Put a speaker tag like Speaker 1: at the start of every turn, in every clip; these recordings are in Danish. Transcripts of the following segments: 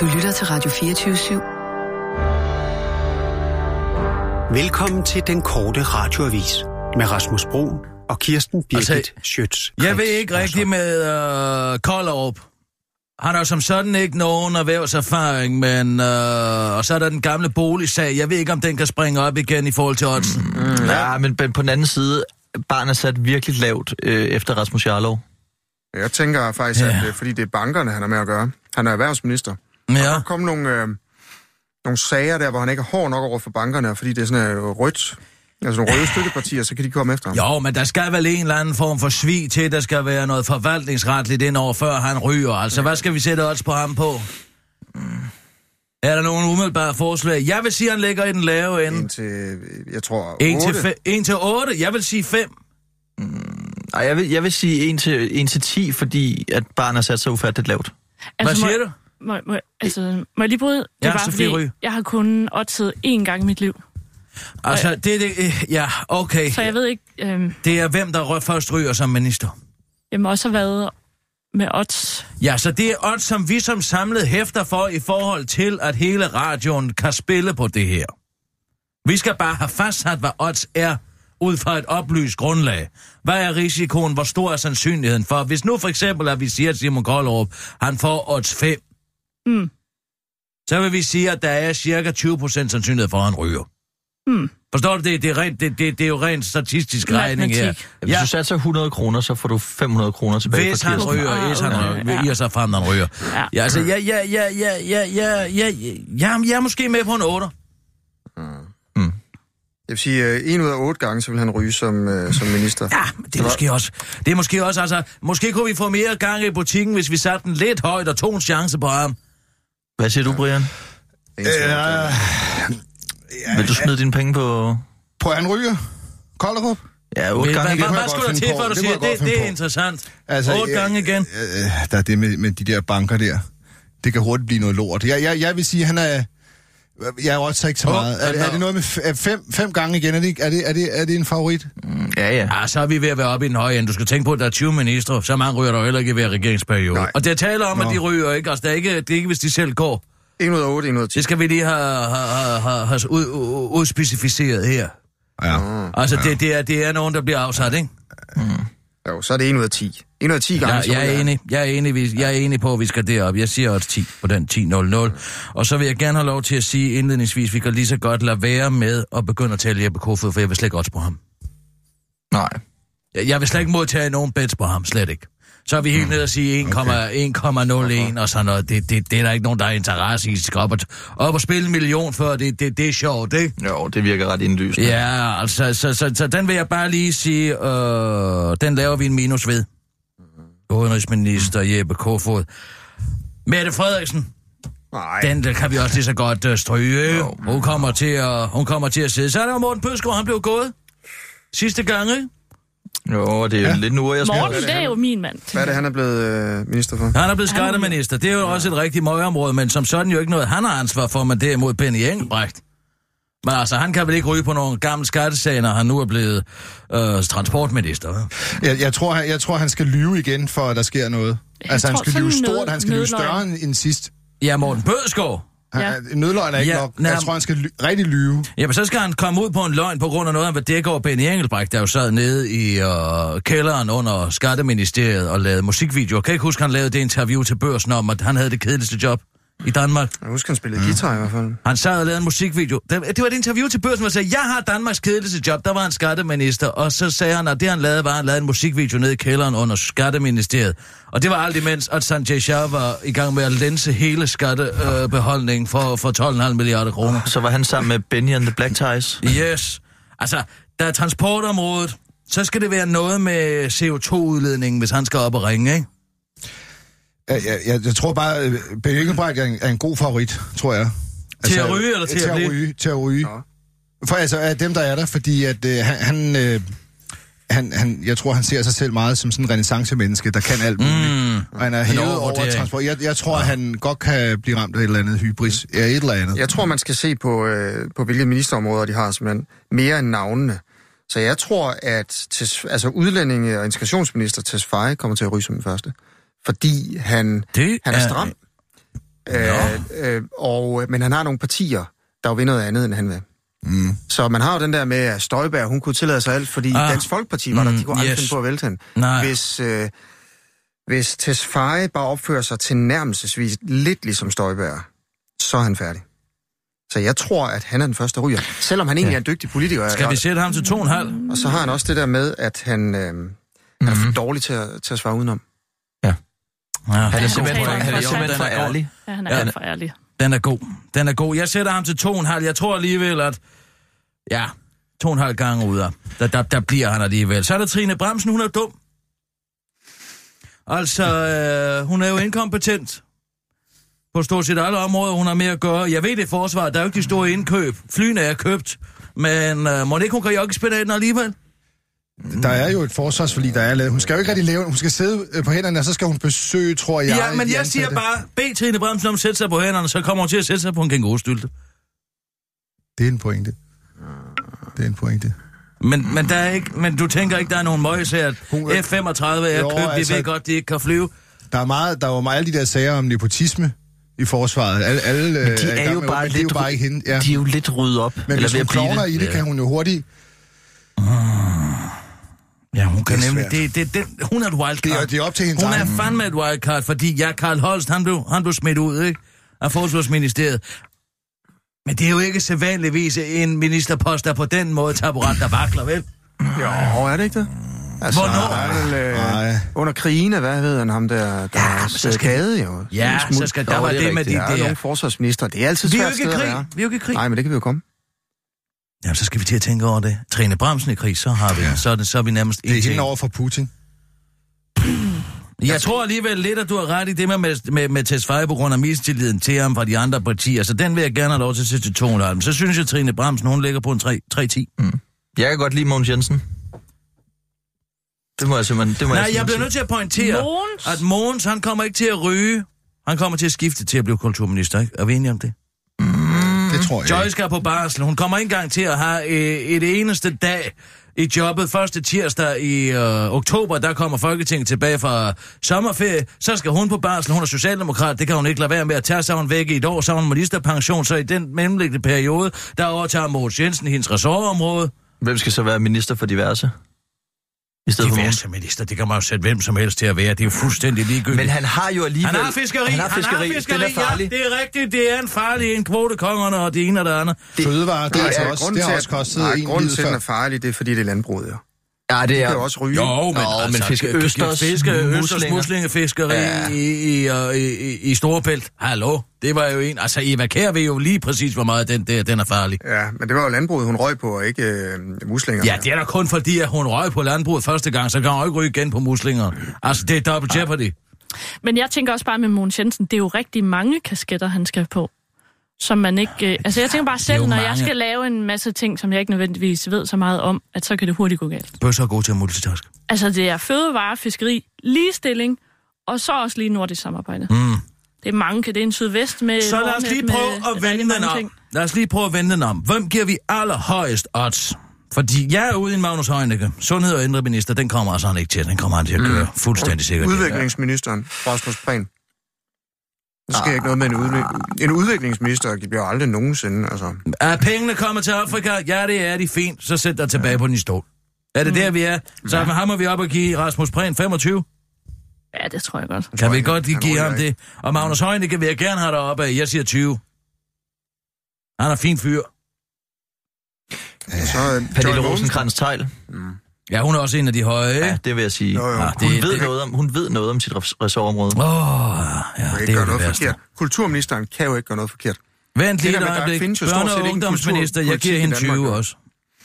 Speaker 1: Du lytter til Radio 24
Speaker 2: Velkommen til den korte radioavis med Rasmus Bro og Kirsten Birgit
Speaker 3: Altså,
Speaker 2: altså, Schøtz.
Speaker 3: Jeg ved ikke rigtigt med øh, Kollerup. Han har jo som sådan ikke nogen erhvervserfaring, men... Øh, og så er der den gamle boligsag. Jeg ved ikke, om den kan springe op igen i forhold til Odsen.
Speaker 4: Mm, ja, men men på den anden side, barn er sat virkelig lavt øh, efter Rasmus Jarlov.
Speaker 5: Jeg tænker faktisk, at øh, fordi det er bankerne, han har med at gøre. Han er erhvervsminister.
Speaker 3: Ja.
Speaker 5: Der kom nogle, øh, nogle sager der, hvor han ikke er hård nok over for bankerne, og fordi det er sådan øh, rødt, altså nogle røde støttepartier, så kan de komme efter ham.
Speaker 3: Jo, men der skal vel en eller anden form for svig til. Der skal være noget forvaltningsretligt indover, før han ryger. Altså, hvad skal vi sætte odds på ham på? Er der nogen umiddelbare forslag? Jeg vil sige, han ligger i den lave ende.
Speaker 5: En til, øh, jeg tror,
Speaker 3: 1 til,
Speaker 5: 8.
Speaker 3: fe- en til 8. Jeg vil sige 5.
Speaker 4: Nej, jeg vil, jeg vil sige 1 til, 1 til 10, fordi at barn er sat så ufatteligt lavt.
Speaker 3: Hvad
Speaker 6: Altså, må,
Speaker 3: siger du?
Speaker 6: Må, må, altså, må jeg lige bryde? Det
Speaker 3: Ja,
Speaker 6: er bare
Speaker 3: Sofie
Speaker 6: fordi,
Speaker 3: Ry.
Speaker 6: jeg har kun oddset én gang i mit liv.
Speaker 3: Altså, det er det... øh, Ja, okay.
Speaker 6: Så jeg ved ikke, øh,
Speaker 3: Det er hvem, der rø- først ryger som minister.
Speaker 6: jeg må også have været med odds.
Speaker 3: Ja, så det er odds, som vi som samlet hæfter for i forhold til, at hele radioen kan spille på det her. Vi skal bare have fastsat, hvad odds er, ud fra et oplyst grundlag. Hvad er risikoen? Hvor stor er sandsynligheden for? Hvis nu for eksempel, at vi siger, at Simon Koldrup, han får odds 5,
Speaker 6: Mm.
Speaker 3: så vil vi sige, at der er cirka 20% sandsynlighed for, at han ryger.
Speaker 6: Mm.
Speaker 3: Forstår du det? Det er, rent, det, det, det er jo rent statistisk regning her.
Speaker 6: Matematik.
Speaker 4: Hvis ja. du satser 100 kroner, så får du 500 kroner tilbage
Speaker 3: Hvis
Speaker 4: fra
Speaker 3: han
Speaker 4: Kirsten.
Speaker 3: ryger,
Speaker 6: Ah,
Speaker 3: hvis han
Speaker 6: okay.
Speaker 3: ryger,
Speaker 6: Ja.
Speaker 3: i sig frem, når han ryger.
Speaker 6: Ja.
Speaker 3: Ja, altså, ja, ja, ja, ja, ja, ja, ja, ja, jeg er måske med på en 8.
Speaker 5: Jeg vil sige, øh, en ud af otte gange, så vil han ryge som, øh, som minister.
Speaker 3: Ja, men det er måske også, det er måske også, altså, måske kunne vi få mere gang i butikken, hvis vi satte den lidt højt og tog en chance på ham.
Speaker 4: Hvad siger du, Brian?
Speaker 5: En til otte.
Speaker 4: Vil du smide dine penge på...
Speaker 7: På han ryger? Kolderup?
Speaker 4: Ja,
Speaker 3: Hvad,
Speaker 4: otte gange
Speaker 3: hvad,
Speaker 4: igen.
Speaker 3: hvad
Speaker 7: godt
Speaker 3: skulle der
Speaker 7: finde
Speaker 3: til,
Speaker 7: på.
Speaker 3: for du
Speaker 7: Det må
Speaker 3: siger,
Speaker 7: jeg godt
Speaker 3: det,
Speaker 7: finde
Speaker 3: det er
Speaker 7: på.
Speaker 3: interessant.
Speaker 7: Altså,
Speaker 3: Otte
Speaker 7: jeg-
Speaker 3: gange igen.
Speaker 7: Øh, der er det med, med de der banker der. Det kan hurtigt blive noget lort. Jeg, jeg, jeg vil sige, han er... Jeg er også ikke så
Speaker 3: Åh,
Speaker 7: meget. Er, er
Speaker 3: nå.
Speaker 7: det noget med f- er fem, fem gange igen? Er det, ikke- er, det, er, det, er det en favorit?
Speaker 4: Ja, ja.
Speaker 3: Ja, så er vi ved at være oppe i den høje ende. Du skal tænke på, at der er 20 ministre, så mange ryger der jo heller ikke i hver regeringsperiode. Nej. Og det taler om, Nå. at de ryger ikke, altså, det er ikke, det er ikke, hvis de selv går.
Speaker 5: En ud af otte, en ud af ti.
Speaker 3: Det skal vi lige have, have, have, have, have ud, ud, udspecificeret her.
Speaker 7: Ja.
Speaker 3: Altså, det, det, er, det er nogen, der bliver afsat, ikke?
Speaker 5: Jo, så er det en ud af ti. En ud af ti gange,
Speaker 3: Jeg,
Speaker 5: så
Speaker 3: jeg,
Speaker 5: ryger
Speaker 3: er
Speaker 5: han.
Speaker 3: enig. Jeg er enig, vi, jeg er enig på, at vi skal derop. Jeg siger også 10 på den 10.00. Og så vil jeg gerne have lov til at sige indledningsvis, vi kan lige så godt lade være med at begynde at tale Jeppe Kofod, for jeg vil slet ikke odds på ham.
Speaker 4: Nej.
Speaker 3: Jeg, jeg vil slet ikke modtage nogen bets på ham, slet ikke. Så er vi helt nede og sige 1,01 og sådan noget. Det, det, det er der ikke nogen, der har interesse i. De skal op og, op og spille en million for. Det, det, det er sjovt, ikke?
Speaker 4: Jo, det virker ret indlysende.
Speaker 3: Ja, altså, så, så, så, den vil jeg bare lige sige, øh, den laver vi en minus ved. Udenrigsminister Jeppe Kofod. Mette Frederiksen,
Speaker 5: Nej,
Speaker 3: den der kan vi også lige så godt øh, stryge. Hun kommer, til at, hun kommer til at sidde. Så er der jo Morten Pøsgaard, han blev gået. Sidste gang, ikke?
Speaker 4: Jo, det er ja. lidt nu, jeg skal...
Speaker 6: Morten, det er jo min mand.
Speaker 5: hvad er det, han er blevet øh, minister for?
Speaker 3: Han er blevet skatteminister. Det er jo også et rigtigt møgeområde, men som sådan jo ikke noget, han har ansvar for, men derimod Benny Engelbrecht. Men altså, han kan vel ikke ryge på nogle gamle skattesag, når han nu er blevet øh, transportminister. Hvad?
Speaker 7: Jeg, jeg, tror, han, jeg tror, han skal lyve igen, for at der sker noget.
Speaker 6: Jeg
Speaker 7: altså, han
Speaker 6: tror,
Speaker 7: skal
Speaker 6: sådan
Speaker 7: lyve
Speaker 6: en nød-
Speaker 7: stort, han skal lyve
Speaker 6: nødløgn.
Speaker 7: større end, end sidst.
Speaker 3: Ja, Morten Bødskov.
Speaker 6: Ja.
Speaker 7: Ja. Nødløgn er ikke
Speaker 3: Ja,
Speaker 7: ja, nok.
Speaker 3: nej.
Speaker 7: Jeg tror, han skal ly- rigtig lyve.
Speaker 3: Jamen, så skal han komme ud på en løgn på grund af noget, han vil dække over Benny Engelbrecht, der jo sad nede i øh, kælderen under Skatteministeriet og lavede musikvideoer. Kan I ikke huske, han lavede det interview til børsen om, at han havde det kedeligste job i Danmark?
Speaker 5: Jeg husker, han
Speaker 3: Mm.
Speaker 5: spillede guitar i hvert fald.
Speaker 3: Han sad og lavede en musikvideo. Det, det var et interview til børsen, hvor han sagde, jeg har Danmarks kedeligste job. Der var han skatteminister, og så sagde han, at det han lavede, var, at han lavede en musikvideo nede i kælderen under skatteministeriet. Og det var alt imens, at Sanjay Shah var i gang med at lense hele skattebeholdningen øh, beholdningen for, for 12,5 milliarder kroner.
Speaker 4: Så var han sammen med Benny and the Black Ties.
Speaker 3: Yes. Altså, der er transportområdet. Så skal det være noget med CO2-udledningen, hvis han skal op og ringe, ikke?
Speaker 7: Jeg, jeg, jeg, jeg tror bare, øh, Ben Engelbrecht er en, er en god favorit, tror jeg. Altså,
Speaker 3: at ryge eller til at
Speaker 7: til at
Speaker 3: blive?
Speaker 7: ryge? Til at ryge. For altså, af dem, der er der, fordi at øh, han... han øh, han, han, jeg tror, han ser sig selv meget som sådan en renaissance-menneske, der kan alt muligt. Mm, og han er hævet over
Speaker 3: overvurdering.
Speaker 7: transport. Jeg, jeg tror, ja. han godt kan blive ramt af et eller andet hybris. Ja, et eller andet.
Speaker 5: Jeg tror, man skal se på, øh, på hvilke ministerområder de har simpelthen, mere end navnene. Så jeg tror, at tes, altså udlændinge- og integrationsminister Tesfaye kommer til at ryge som den første. Fordi han,
Speaker 3: Det
Speaker 5: han er
Speaker 3: er-
Speaker 5: stram. Øh, øh, og, men han har nogle partier, der jo vil noget andet, end han vil. Mm. Så man har jo den der med, at Støjberg, hun kunne tillade sig alt, fordi
Speaker 3: Ah.
Speaker 5: ah. Dansk Folkeparti var der,
Speaker 3: Mm,
Speaker 5: de kunne aldrig
Speaker 3: yes.
Speaker 5: yes. finde på at vælte hende.
Speaker 3: Nej.
Speaker 5: Hvis, øh, hvis Tesfaye bare opfører sig tilnærmelsesvis lidt ligesom Støjberg, så er han færdig. Så jeg tror, at han er den første, der ryger. Selvom han egentlig ja. er en dygtig politiker.
Speaker 3: Skal
Speaker 5: og-
Speaker 3: vi sætte ham til to og en halv?
Speaker 5: og så har han også det der med, at han, øh, mm-hmm.
Speaker 3: Mhm.
Speaker 5: han er for dårlig til at, til at svare udenom.
Speaker 3: Ja,
Speaker 4: Han
Speaker 3: den
Speaker 4: er
Speaker 3: er
Speaker 4: simpelthen
Speaker 3: god.
Speaker 4: for, han er simpelthen for
Speaker 3: Den er god.
Speaker 4: ærlig.
Speaker 6: Ja, han
Speaker 3: Ja.
Speaker 6: er alt for ærlig.
Speaker 3: Den er god. Den er god. Jeg sætter ham til to og en halv. Jeg tror alligevel, at... Ja, to og en halv gange ude. af. Der, der, der bliver han alligevel. Så er der Trine Bremsen. Hun er dum. Altså, øh, hun er jo inkompetent. På stort set alle områder, hun har med at gøre. Jeg ved det, forsvaret. Der er jo ikke de store indkøb. Flyene er købt. Men øh, må det ikke, hun kan joggespind af den alligevel?
Speaker 7: Der er jo et forsvarsforlig, der er lavet. Hun skal jo ikke rigtig lave... Hun skal sidde øh, på hænderne, og så skal hun besøge, tror jeg...
Speaker 3: Ja, ja men
Speaker 7: de
Speaker 3: jeg siger
Speaker 7: ansatte.
Speaker 3: bare, bed Trine Bremsen om at sætte sig på hænderne, så kommer hun til at sætte sig på en kængurustylte.
Speaker 7: Det er en pointe. Det er en pointe.
Speaker 3: Men, men, der er ikke, men du tænker ikke, der er nogen møjs her? at
Speaker 7: Hun er-
Speaker 3: F-35 er
Speaker 7: Jo,
Speaker 3: købt, altså...
Speaker 7: altså-
Speaker 3: de ved godt, de ikke kan flyve.
Speaker 7: Der er, meget, der er jo meget alle de der sager om nepotisme i forsvaret. Alle, alle, men
Speaker 4: De er jo bare
Speaker 7: det er jo
Speaker 4: lidt...
Speaker 7: bare ikke hende. Ja.
Speaker 4: De er jo lidt ryddet op.
Speaker 7: Men
Speaker 4: eller
Speaker 7: hvis
Speaker 4: ved
Speaker 7: hun
Speaker 4: at blive
Speaker 7: klovner i det, kan hun jo hurtigt...
Speaker 3: Ja, hun kan
Speaker 7: Det er
Speaker 3: nemlig...
Speaker 7: svært.
Speaker 3: Det, det, det, hun er et wildcard.
Speaker 7: Det er- det er op til hendes
Speaker 3: Hun er
Speaker 7: egen.
Speaker 3: fandme et wildcard, fordi ja, Karl Holst, han blev, han blev smidt ud, ikke? Af Forsvarsministeriet. Men det er jo ikke sædvanligvis en ministerpost, der på den måde taburet, der vakler, vel?
Speaker 5: Jo, er det ikke det? Altså,
Speaker 3: Hvornår?
Speaker 5: der er vel, øh,
Speaker 7: Nej.
Speaker 5: under krigene, hvad ved han, ham der, der ja, er
Speaker 3: så skal-
Speaker 5: skade jo.
Speaker 3: Ja,
Speaker 5: En smule.
Speaker 3: så skal der
Speaker 4: Jo,
Speaker 3: være
Speaker 4: det
Speaker 3: det,
Speaker 4: er
Speaker 3: med de
Speaker 4: rigtigt.
Speaker 5: Der er
Speaker 3: der...
Speaker 5: nogle forsvarsminister. Det er altid
Speaker 3: Vi er jo
Speaker 5: svært
Speaker 3: ikke i
Speaker 5: sted at være.
Speaker 3: krig. Vi er jo ikke i krig.
Speaker 5: Nej, men det kan vi jo komme.
Speaker 3: Jamen, så skal vi til at tænke over det. Trine Bramsen i krig, så har vi ja. så, er det, så er vi nærmest
Speaker 7: Det
Speaker 3: en
Speaker 7: er
Speaker 3: ting.
Speaker 7: hende over for Putin.
Speaker 3: Jeg tror alligevel lidt, at du har ret i det med, med, med, med Tesfaye på grund af mistilliden til ham fra de andre partier. Så den vil jeg gerne have lov til at sætte til 200. Men så synes jeg, Trine Bramsen, hun ligger på en 3, 310. Mm.
Speaker 4: Jeg kan godt lide Mogens Jensen. Det må jeg simpelthen... Det må
Speaker 3: Nej, jeg
Speaker 4: simpelthen
Speaker 3: bliver nødt til at pointere,
Speaker 6: Mogens?
Speaker 3: at Mogens, han kommer ikke til at ryge. Han kommer til at skifte til at blive kulturminister, ikke? Er vi enige om det?
Speaker 7: Det tror jeg
Speaker 3: Joyce
Speaker 7: ikke.
Speaker 3: skal på barsel. Hun kommer ikke engang til at have øh, et eneste dag i jobbet. Første tirsdag i øh, oktober, der kommer Folketinget tilbage fra sommerferie. Så skal hun på barsel. Hun er socialdemokrat. Det kan hun ikke lade være med at tage sig hun væk i et år. Så har hun ministerpension. Så i den mellemliggende periode, der overtager Mogens Jensen hendes ressortområde.
Speaker 4: sige. Hvem skal så være minister for diverse? I stedet for Mogens.
Speaker 3: Diverse minister, det kan man jo sætte hvem som helst til at være. Det er jo fuldstændig ligegyldigt.
Speaker 4: Men han har jo alligevel...
Speaker 3: Han har fiskeri,
Speaker 4: Han har fiskeri. Den er farlig.
Speaker 3: ja, det er rigtigt, det er en farlig en, kvotekongerne og det ene og det andet.
Speaker 7: Fødevare, det, er altså også,
Speaker 5: grunden
Speaker 7: det har
Speaker 5: til,
Speaker 7: også
Speaker 5: at-
Speaker 7: kostet
Speaker 5: nej,
Speaker 7: en
Speaker 5: grunden
Speaker 7: lid
Speaker 5: til, at den
Speaker 7: før.
Speaker 5: er farlig, det er, fordi det er landbruget. Jo.
Speaker 4: Ja, det er...
Speaker 5: Det kan jo også ryge.
Speaker 3: Jo, men,
Speaker 4: Nå,
Speaker 3: altså,
Speaker 4: men fiske-
Speaker 3: kan-
Speaker 4: østers,
Speaker 3: fiske østers,
Speaker 4: muslinger.
Speaker 3: muslingefiskeri ja.
Speaker 4: Ja.
Speaker 3: i, i, og- i, i, i Storebælt. Hallo, det var jo en... Altså, Eva Kær ved jo lige præcis, hvor meget den der, den er farlig.
Speaker 5: Ja, men det var jo landbruget, hun røg på, og ikke øh, muslinger.
Speaker 3: Ja, det er da kun fordi, at hun røg på landbruget første gang, så kan hun jo ikke ryge igen på muslinger. Altså, det er double jeopardy.
Speaker 6: Men jeg tænker også bare med Mogens Jensen, det er jo rigtig mange kasketter, han skal på. Som man ikke... Øh, altså jeg tænker bare
Speaker 3: er jo
Speaker 6: selv, når jeg
Speaker 3: mange.
Speaker 6: skal lave en masse ting, som jeg ikke nødvendigvis ved så meget om, at så kan det hurtigt gå galt.
Speaker 3: Bøsser er god til at multitaske.
Speaker 6: Altså det er fødevare, fiskeri, ligestilling, og så også lige nordisk samarbejde. Mm. Det er mange, det er en sydvest med...
Speaker 3: Så lad os
Speaker 6: nordmænd
Speaker 3: lige
Speaker 6: med
Speaker 3: prøve at
Speaker 6: rigtig
Speaker 3: vende den
Speaker 6: mange
Speaker 3: om.
Speaker 6: ting.
Speaker 3: Lad os lige prøve at vende den om. Hvem giver vi allerhøjest odds? Fordi jeg er ude i en Magnus Heunicke, sundhed- og ændreminister, den kommer altså han ikke til. Den kommer han til at køre mm. fuldstændig sikkert.
Speaker 5: Udviklingsministeren, Rasmus Prehn. Der
Speaker 3: Ah.
Speaker 5: sker ikke noget med en, udvik- en udviklingsminister, bliver jo aldrig nogensinde, altså.
Speaker 3: Er pengene kommet til Afrika? Ja, det er de. Fint. Så sæt dig tilbage på din stol. Er det
Speaker 5: Mm.
Speaker 3: der, vi er? Så ja. ham må vi op og give Rasmus Prehn 25.
Speaker 6: Ja, det tror jeg godt.
Speaker 3: Kan vi godt lige
Speaker 5: han
Speaker 3: give
Speaker 5: ryger
Speaker 3: ham det?
Speaker 5: ikke.
Speaker 3: Og Magnus Heunicke vil jeg gerne have dig op af. Jeg siger 20. Han er fin fyr.
Speaker 5: Så, øh,
Speaker 4: Pernille
Speaker 5: Joy Mogensen.
Speaker 4: rosenkrantz Tejl.
Speaker 3: Ja, hun er også en af de høje, ikke?
Speaker 4: Ja, det vil jeg sige.
Speaker 5: Jo, jo.
Speaker 4: Nå,
Speaker 3: det-
Speaker 4: Hun ved
Speaker 3: det-
Speaker 4: noget om- hun ved noget om sit res- ressortområde.
Speaker 3: Åh, oh, ja,
Speaker 5: kan
Speaker 3: det
Speaker 5: ikke
Speaker 3: er
Speaker 5: gøre
Speaker 3: jo det
Speaker 5: noget
Speaker 3: værste.
Speaker 5: forkert. Kulturministeren kan jo ikke gøre noget forkert.
Speaker 3: Vent lige
Speaker 5: Det
Speaker 3: et
Speaker 5: der med, der
Speaker 3: øjeblik.
Speaker 5: findes jo stort
Speaker 3: Børne-
Speaker 5: set ikke
Speaker 3: og
Speaker 5: en
Speaker 3: ungdomsminister, jeg
Speaker 5: kulturpolitik
Speaker 3: giver
Speaker 5: i
Speaker 3: hende
Speaker 5: Danmark,
Speaker 3: 20
Speaker 5: jo.
Speaker 3: også.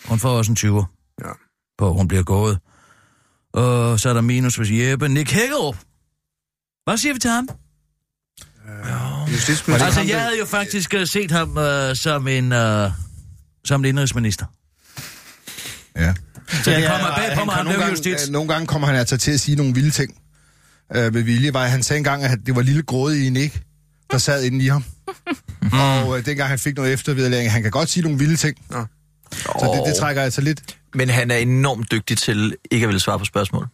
Speaker 3: Hun får også en 20
Speaker 5: Ja.
Speaker 3: på, hun bliver gået. Og så er der minus hos Jeppe. Nick Hækkerup. Hvad siger vi til ham?
Speaker 5: Justitsminister.
Speaker 3: Altså, jeg havde jo faktisk øh, set ham øh, som en... Øh, som en indrigsminister.
Speaker 7: Ja.
Speaker 3: Så det kommer bag på mig, han
Speaker 7: nogle,
Speaker 3: blev
Speaker 7: gange,
Speaker 3: justits.
Speaker 7: øh, nogle gange kommer han altså til at sige nogle vilde ting øh, med vilje. Var, han sagde engang, at det var lille gråde i Nick, der sad inde i ham. og øh, dengang han fik noget eftervedlæring, han kan godt sige nogle vilde ting.
Speaker 5: Nå.
Speaker 7: Så det, det trækker altså lidt.
Speaker 4: Men han er enormt dygtig til ikke at ville svare på spørgsmål.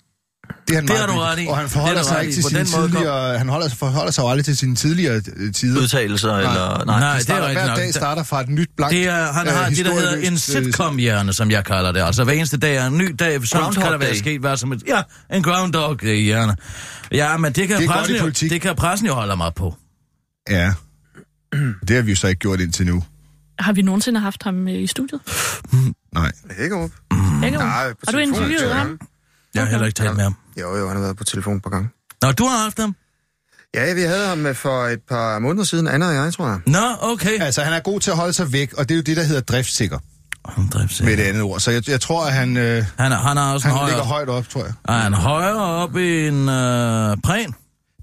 Speaker 7: Det er han
Speaker 3: Det har
Speaker 7: meget
Speaker 3: du
Speaker 7: dygtig.
Speaker 3: ret i.
Speaker 7: Og han
Speaker 3: Det
Speaker 7: forholder
Speaker 3: er du
Speaker 7: sig
Speaker 3: ret
Speaker 7: ikke
Speaker 3: i.
Speaker 7: til
Speaker 3: På
Speaker 7: sine
Speaker 3: den måde
Speaker 7: tidligere... Han holder, sig- forholder sig jo aldrig til sine tidligere øh, tider.
Speaker 4: Udtalelser nej. eller... Nej.
Speaker 3: Nej,
Speaker 4: nej.
Speaker 7: Han
Speaker 3: det er
Speaker 7: starter,
Speaker 3: jo ikke
Speaker 7: hver
Speaker 3: nok.
Speaker 7: dag starter fra et nyt blankt...
Speaker 3: Det er, han
Speaker 7: øh,
Speaker 3: har det, der hedder
Speaker 7: historieløst,
Speaker 3: en
Speaker 7: øh,
Speaker 3: sitcom-hjerne, som jeg kalder det. Altså hver eneste dag er en ny dag, så
Speaker 4: Groundhog
Speaker 3: kan der være
Speaker 4: Day.
Speaker 3: sket hvad som helst. Ja, en groundhog-hjerne. Ja, men det kan,
Speaker 7: Det er godt
Speaker 3: pressen
Speaker 7: i
Speaker 3: jo,
Speaker 7: politik.
Speaker 3: det kan pressen jo holde mig på.
Speaker 7: Ja. Det har vi jo så ikke gjort indtil nu.
Speaker 6: Har vi nogensinde haft ham øh, i studiet?
Speaker 7: Nej.
Speaker 5: Hækkerup?
Speaker 6: Ikke?
Speaker 5: Nej, på
Speaker 6: har du
Speaker 5: telefonen,
Speaker 6: interviewet
Speaker 5: ja.
Speaker 6: ham?
Speaker 3: Jeg har heller ikke talt med ham.
Speaker 5: Jo, jo, han har været på telefon et par gange.
Speaker 3: Nå, du har haft ham?
Speaker 5: Ja, vi havde ham øh, for et par måneder siden, Anna og jeg, tror jeg.
Speaker 3: Nå, okay.
Speaker 7: Altså, han er god til at holde sig væk, og det er jo det, der hedder driftsikker
Speaker 3: Han, dræbte sig.
Speaker 7: med det andet ord. Så jeg, jeg tror, at han, øh,
Speaker 3: han, er- han er også
Speaker 7: han
Speaker 3: en højere,
Speaker 7: ligger højt op, tror jeg.
Speaker 3: er han højere op end øh, præn.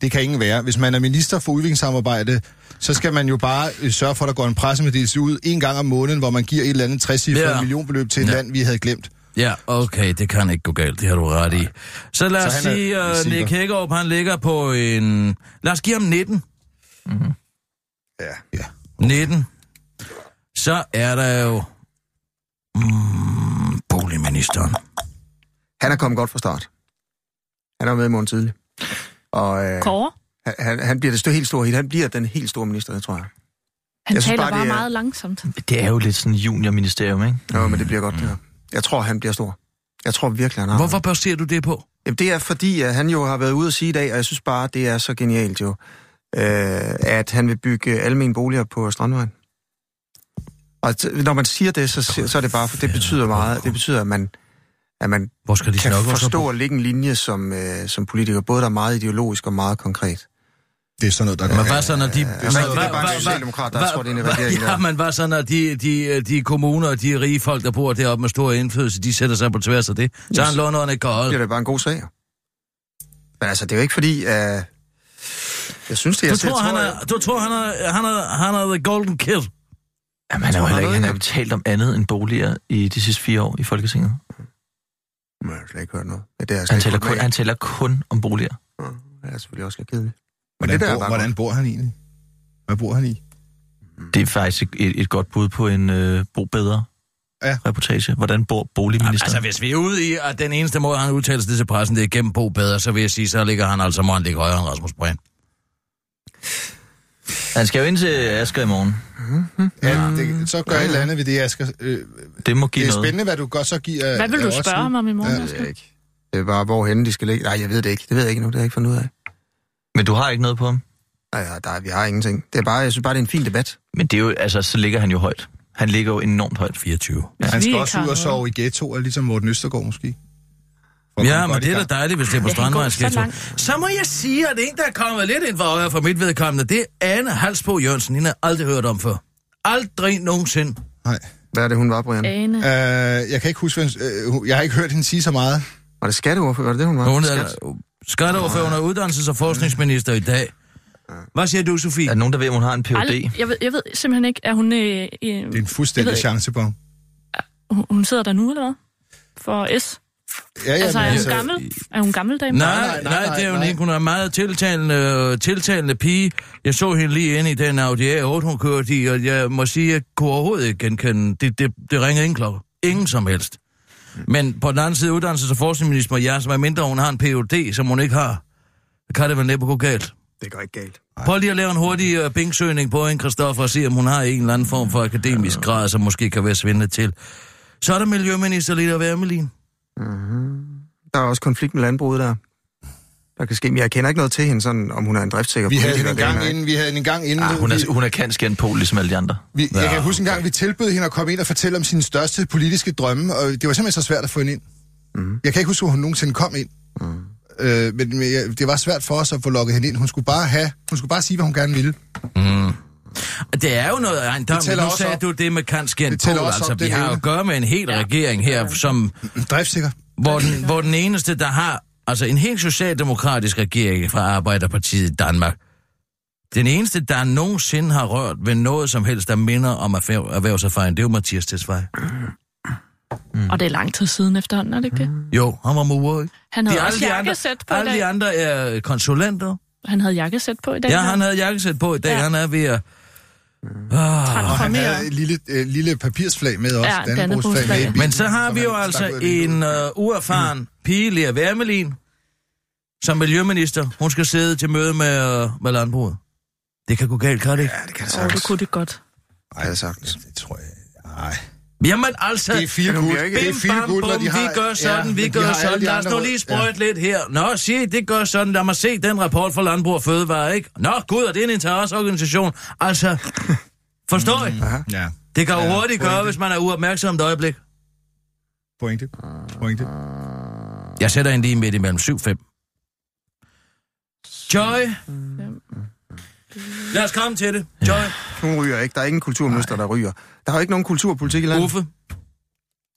Speaker 7: Det kan ingen være. Hvis man er minister for udviklingssamarbejde, så skal man jo bare øh, sørge for, at der går en pressemeddelelse ud en gang om måneden, hvor man giver et eller andet 60
Speaker 3: Ja.
Speaker 7: ja. millionbeløb til et
Speaker 3: Ja.
Speaker 7: ja. land, vi havde glemt.
Speaker 3: Ja, okay, det kan ikke gå galt, det har du ret i. Så lad os
Speaker 7: Så han er
Speaker 3: sige, at uh,
Speaker 7: receiver.
Speaker 3: Nick Hækkerup, han ligger på en... Lad os give ham 19.
Speaker 7: Ja. ja.
Speaker 3: 19. Så er der jo... Mm, boligministeren.
Speaker 5: Han er kommet godt fra start. Han er med i morgen tidlig. Og øh,
Speaker 6: Kåre?
Speaker 5: han- han, han, bliver det stå helt store hit. Han bliver den helt store minister, det tror jeg.
Speaker 6: Han
Speaker 5: Jeg synes
Speaker 6: taler
Speaker 5: bare,
Speaker 6: bare,
Speaker 5: det er-
Speaker 6: meget langsomt.
Speaker 4: Det er jo lidt sådan juniorministerium, ikke?
Speaker 5: Jo, men det bliver godt, det her. Jeg tror, han bliver stor. Jeg tror virkelig, han har.
Speaker 3: Hvorfor baserer du det på?
Speaker 5: Jamen, det er fordi, at han jo har været ude at sige i dag, og jeg synes bare, det er så genialt jo, øh, at han vil bygge almene boliger på Strandvejen. Og t- når man siger det, så, si- så er det bare, for det betyder meget. Det betyder, at man, at man
Speaker 3: Hvor skal de
Speaker 5: kan
Speaker 3: snakke
Speaker 5: forstå at lægge en linje som, øh, som politiker, både der er meget ideologisk og meget konkret.
Speaker 7: Det er sådan noget, der
Speaker 3: Men hvad så, når de...
Speaker 5: det er sådan noget,
Speaker 3: hvad-
Speaker 5: det er bare en
Speaker 3: hvad-
Speaker 5: socialdemokrat, der
Speaker 3: hvad-
Speaker 5: har trådt ind i
Speaker 3: hvad-
Speaker 5: regeringen
Speaker 3: Ja,
Speaker 5: der.
Speaker 3: men hvad så, når de, de, øh, de kommuner og de rige folk, der bor deroppe med stor indflydelse, de sætter sig på tværs af det? Så han låner ikke kan
Speaker 5: Det er
Speaker 3: holde.
Speaker 5: da bare en god sag. jo. Men altså, det er jo ikke fordi, at... Øh, jeg synes, det er...
Speaker 3: Du
Speaker 5: jeg
Speaker 3: tror, han
Speaker 5: jeg-
Speaker 3: er, du tror, han er, han er, han er the golden kid?
Speaker 4: Jamen, han, er jo
Speaker 5: tror,
Speaker 4: heller ikke,
Speaker 5: han
Speaker 4: han
Speaker 5: ved
Speaker 4: har jo talt om andet end boliger i de sidste fire år i Folketinget.
Speaker 5: Men Jeg har slet ikke hørt noget. Ja, Det er jeg slet
Speaker 4: Han
Speaker 5: ikke
Speaker 4: taler,
Speaker 5: fulgt
Speaker 4: kun,
Speaker 5: med
Speaker 4: han taler kun om boliger.
Speaker 5: i. Ja, Det er selvfølgelig også lidt kedeligt.
Speaker 7: hvordan,
Speaker 5: det der er
Speaker 7: bor,
Speaker 5: bare
Speaker 7: hvordan bor han egentlig? Hvad bor han i?
Speaker 5: Mm.
Speaker 4: Det er faktisk et, et godt bud på en øh, bo bedre
Speaker 7: Ja.
Speaker 4: reportage. Hvordan bor
Speaker 3: Altså,
Speaker 4: boligministeren?
Speaker 3: hvis vi er ude i, at den eneste måde, han udtaler sig til pressen, det er gennem Bo Bedre, så vil jeg sige, så ligger han altså, må han ligge højere end Rasmus Brønd. altså,
Speaker 4: Han skal jo ind til Asger i morgen.
Speaker 7: Ja, det, så gør et eller andet ved det, Asger. Øh,
Speaker 4: Det må give
Speaker 7: det er
Speaker 4: noget.
Speaker 7: spændende, hvad du godt så giver øh,
Speaker 6: Hvad vil
Speaker 7: af
Speaker 6: du
Speaker 7: os nu.
Speaker 6: spørge ham om i morgen?
Speaker 7: Ja.
Speaker 6: Asger?
Speaker 5: Det er bare, hvorhen de skal ligge. Nej, jeg ved det ikke. Det ved jeg ikke nu. Det har jeg ikke fundet ud af.
Speaker 4: Men du har ikke noget på ham.
Speaker 5: Nej, ja, der, vi har ingenting. Det er bare, jeg synes bare, det er en fin debat.
Speaker 4: Men det er jo, altså, så ligger han jo højt. Han ligger jo enormt højt.
Speaker 3: 24.
Speaker 6: Hvis
Speaker 7: Han
Speaker 6: vi
Speaker 7: skal
Speaker 6: ikke
Speaker 7: også
Speaker 6: har
Speaker 7: ud og
Speaker 6: noget.
Speaker 7: sove i ghettoer, ligesom Morten Østergaard måske. For at
Speaker 3: Ja,
Speaker 7: komme
Speaker 3: men
Speaker 7: godt i
Speaker 3: det er
Speaker 7: gang.
Speaker 3: da dejligt, hvis det er på
Speaker 6: Ja, han går
Speaker 3: Strandvejens
Speaker 6: så
Speaker 3: ghetto.
Speaker 6: langt.
Speaker 3: Så må jeg sige, at en, der er kommet lidt ind for øje for mit vedkommende, det er Anne Halsbo Jørgensen. Hende har jeg aldrig hørt om før. Aldrig nogensinde.
Speaker 7: Nej.
Speaker 5: Hvad er det, hun var, Brian?
Speaker 6: Ane.
Speaker 7: Øh, jeg kan ikke huske, hvad- øh, hun- jeg har ikke hørt hende sige så meget.
Speaker 5: Var det skatteordfører? Var det det, hun var?
Speaker 3: Hun er
Speaker 5: Skat.
Speaker 3: skatteordfører under uddannelses- og forskningsminister i dag. Hvad siger du, Sofie?
Speaker 4: Er der nogen, der ved, om hun har en PhD?
Speaker 6: Aldrig- Jeg ved, jeg ved simpelthen ikke, er hun... Øh,
Speaker 7: Det er
Speaker 6: øh,
Speaker 7: en fuldstændig
Speaker 6: Jeg ved ikke.
Speaker 7: chancebom.
Speaker 6: hun- hun sidder der nu, eller hvad? For S?
Speaker 7: Ja, ja,
Speaker 6: altså, er
Speaker 7: men
Speaker 6: hun gammel? Er hun gammel dame?
Speaker 3: Nej,
Speaker 7: nej, nej,
Speaker 3: nej, det er hun
Speaker 7: nej.
Speaker 3: ikke. Hun er en meget tiltalende, tiltalende pige. Jeg så hende lige inde i den Audi A8, hun kørte i, og jeg må sige, jeg kunne overhovedet ikke genkende. Det, det, det ringer ingen klokke. Ingen som helst. Men på den anden side, uddannelses- og forskningsminister, jeg, som er mindre, hun har en PhD, som hun ikke har, så kan det vel næppe gå galt.
Speaker 5: Det går ikke galt.
Speaker 3: Prøv lige at lave en hurtig uh, bingsøgning på en Kristoffer og se, om hun har en eller anden form for akademisk grad, som måske kan være svindende til. Så er der Miljøminister Lita Wermelin.
Speaker 5: Der er også konflikt med landbruget der. Der kan ske, men jeg kender ikke noget til hende, sådan, om hun er en driftsikker
Speaker 7: Vi havde hende en
Speaker 5: det ene
Speaker 7: gang
Speaker 5: og-
Speaker 7: inden, vi havde hende en gang inden.
Speaker 4: Ah, hun,
Speaker 7: vi-
Speaker 4: er, hun er kant skændt på, ligesom alle de andre.
Speaker 7: vi, jeg kan huske en gang, vi tilbød hende at komme ind og fortælle om sine største politiske drømme, og det var simpelthen så svært at få hende ind.
Speaker 3: Mhm.
Speaker 7: Mm. Jeg kan ikke huske, hvor hun nogensinde kom ind. Mm. Øh, men men jeg- det var svært for os at få lukket hende ind. Hun skulle bare have, hun skulle bare sige, hvad hun gerne ville.
Speaker 3: Det er jo noget ejendommeligt.
Speaker 7: tæller
Speaker 3: Nu
Speaker 7: også
Speaker 3: sagde
Speaker 7: op.
Speaker 3: du det med kanskjent
Speaker 7: Det tæller
Speaker 3: på.
Speaker 7: også op,
Speaker 3: Altså, vi
Speaker 7: det
Speaker 3: har jo
Speaker 7: hele.
Speaker 3: at gøre med en hel regering her, som,
Speaker 7: Driftsikker.
Speaker 3: hvor, den, hvor den eneste, der har... Altså, en helt socialdemokratisk regering fra Arbejderpartiet i Danmark. Den eneste, der nogensinde har rørt ved noget som helst, der minder om erhverv- erhvervserfaring, det er jo Mathias Tesfaye.
Speaker 6: Og det er lang tid siden efterhånden, er det ikke det?
Speaker 3: Jo, han var murer, ikke?
Speaker 6: Han havde også
Speaker 3: alle de andre,
Speaker 6: jakkesæt på i
Speaker 3: alle de
Speaker 6: dag.
Speaker 3: andre er konsulenter.
Speaker 6: Han havde jakkesæt på i dag.
Speaker 3: Ja, han havde jakkesæt på i dag.
Speaker 6: Ja.
Speaker 3: Han er ved at...
Speaker 7: Og han
Speaker 6: transformeret.
Speaker 7: havde et lille, øh, lille papirsflag med også.
Speaker 6: Ja, Dannebrogsflag.
Speaker 7: med i bilen,
Speaker 3: Men så har
Speaker 7: som
Speaker 3: vi jo
Speaker 7: han stak
Speaker 3: altså
Speaker 7: ud af vinduet.
Speaker 3: en uh, uerfaren pige, Lea Wermelin, som miljøminister, hun skal sidde til møde med, øh, med landbruget. Det kan gå galt, kan det ikke?
Speaker 5: Ja, det kan det
Speaker 6: Åh, det
Speaker 5: sagtens.
Speaker 6: kunne det godt.
Speaker 5: Ej, det sagtens.
Speaker 7: Det tror jeg... Nej.
Speaker 3: Jamen altså,
Speaker 7: Det er feel
Speaker 5: hun
Speaker 7: good.
Speaker 5: bliver ikke-
Speaker 7: Det er
Speaker 3: bim
Speaker 7: feel
Speaker 3: bam
Speaker 7: good,
Speaker 3: bum,
Speaker 7: når de har...
Speaker 3: vi gør sådan,
Speaker 7: men
Speaker 3: vi
Speaker 7: de
Speaker 3: gør
Speaker 7: har alle
Speaker 3: sådan.
Speaker 7: de
Speaker 3: Lad os
Speaker 7: andre
Speaker 3: nu
Speaker 7: råd.
Speaker 3: lige sprøjte lidt her. Nå, sig, det gør sådan. Lad mig se den rapport fra Landbrug og Fødevare, ikke? Nå, gud, er det en interesseorganisation? Altså, forstår I?
Speaker 7: Mm-hmm. Ja. ja.
Speaker 3: Det kan jo
Speaker 7: Ja,
Speaker 3: hurtigt
Speaker 7: pointe.
Speaker 3: gøre, hvis man er uopmærksom et øjeblik.
Speaker 7: Pointe. Pointe.
Speaker 3: Jeg sætter en lige midt imellem 7-5. Joy. Lad os komme til det. Joy.
Speaker 5: Hun ryger ikke. Der er ingen kulturminister, der ryger. Der er jo ikke nogen kulturpolitik i landet.
Speaker 3: Uffe.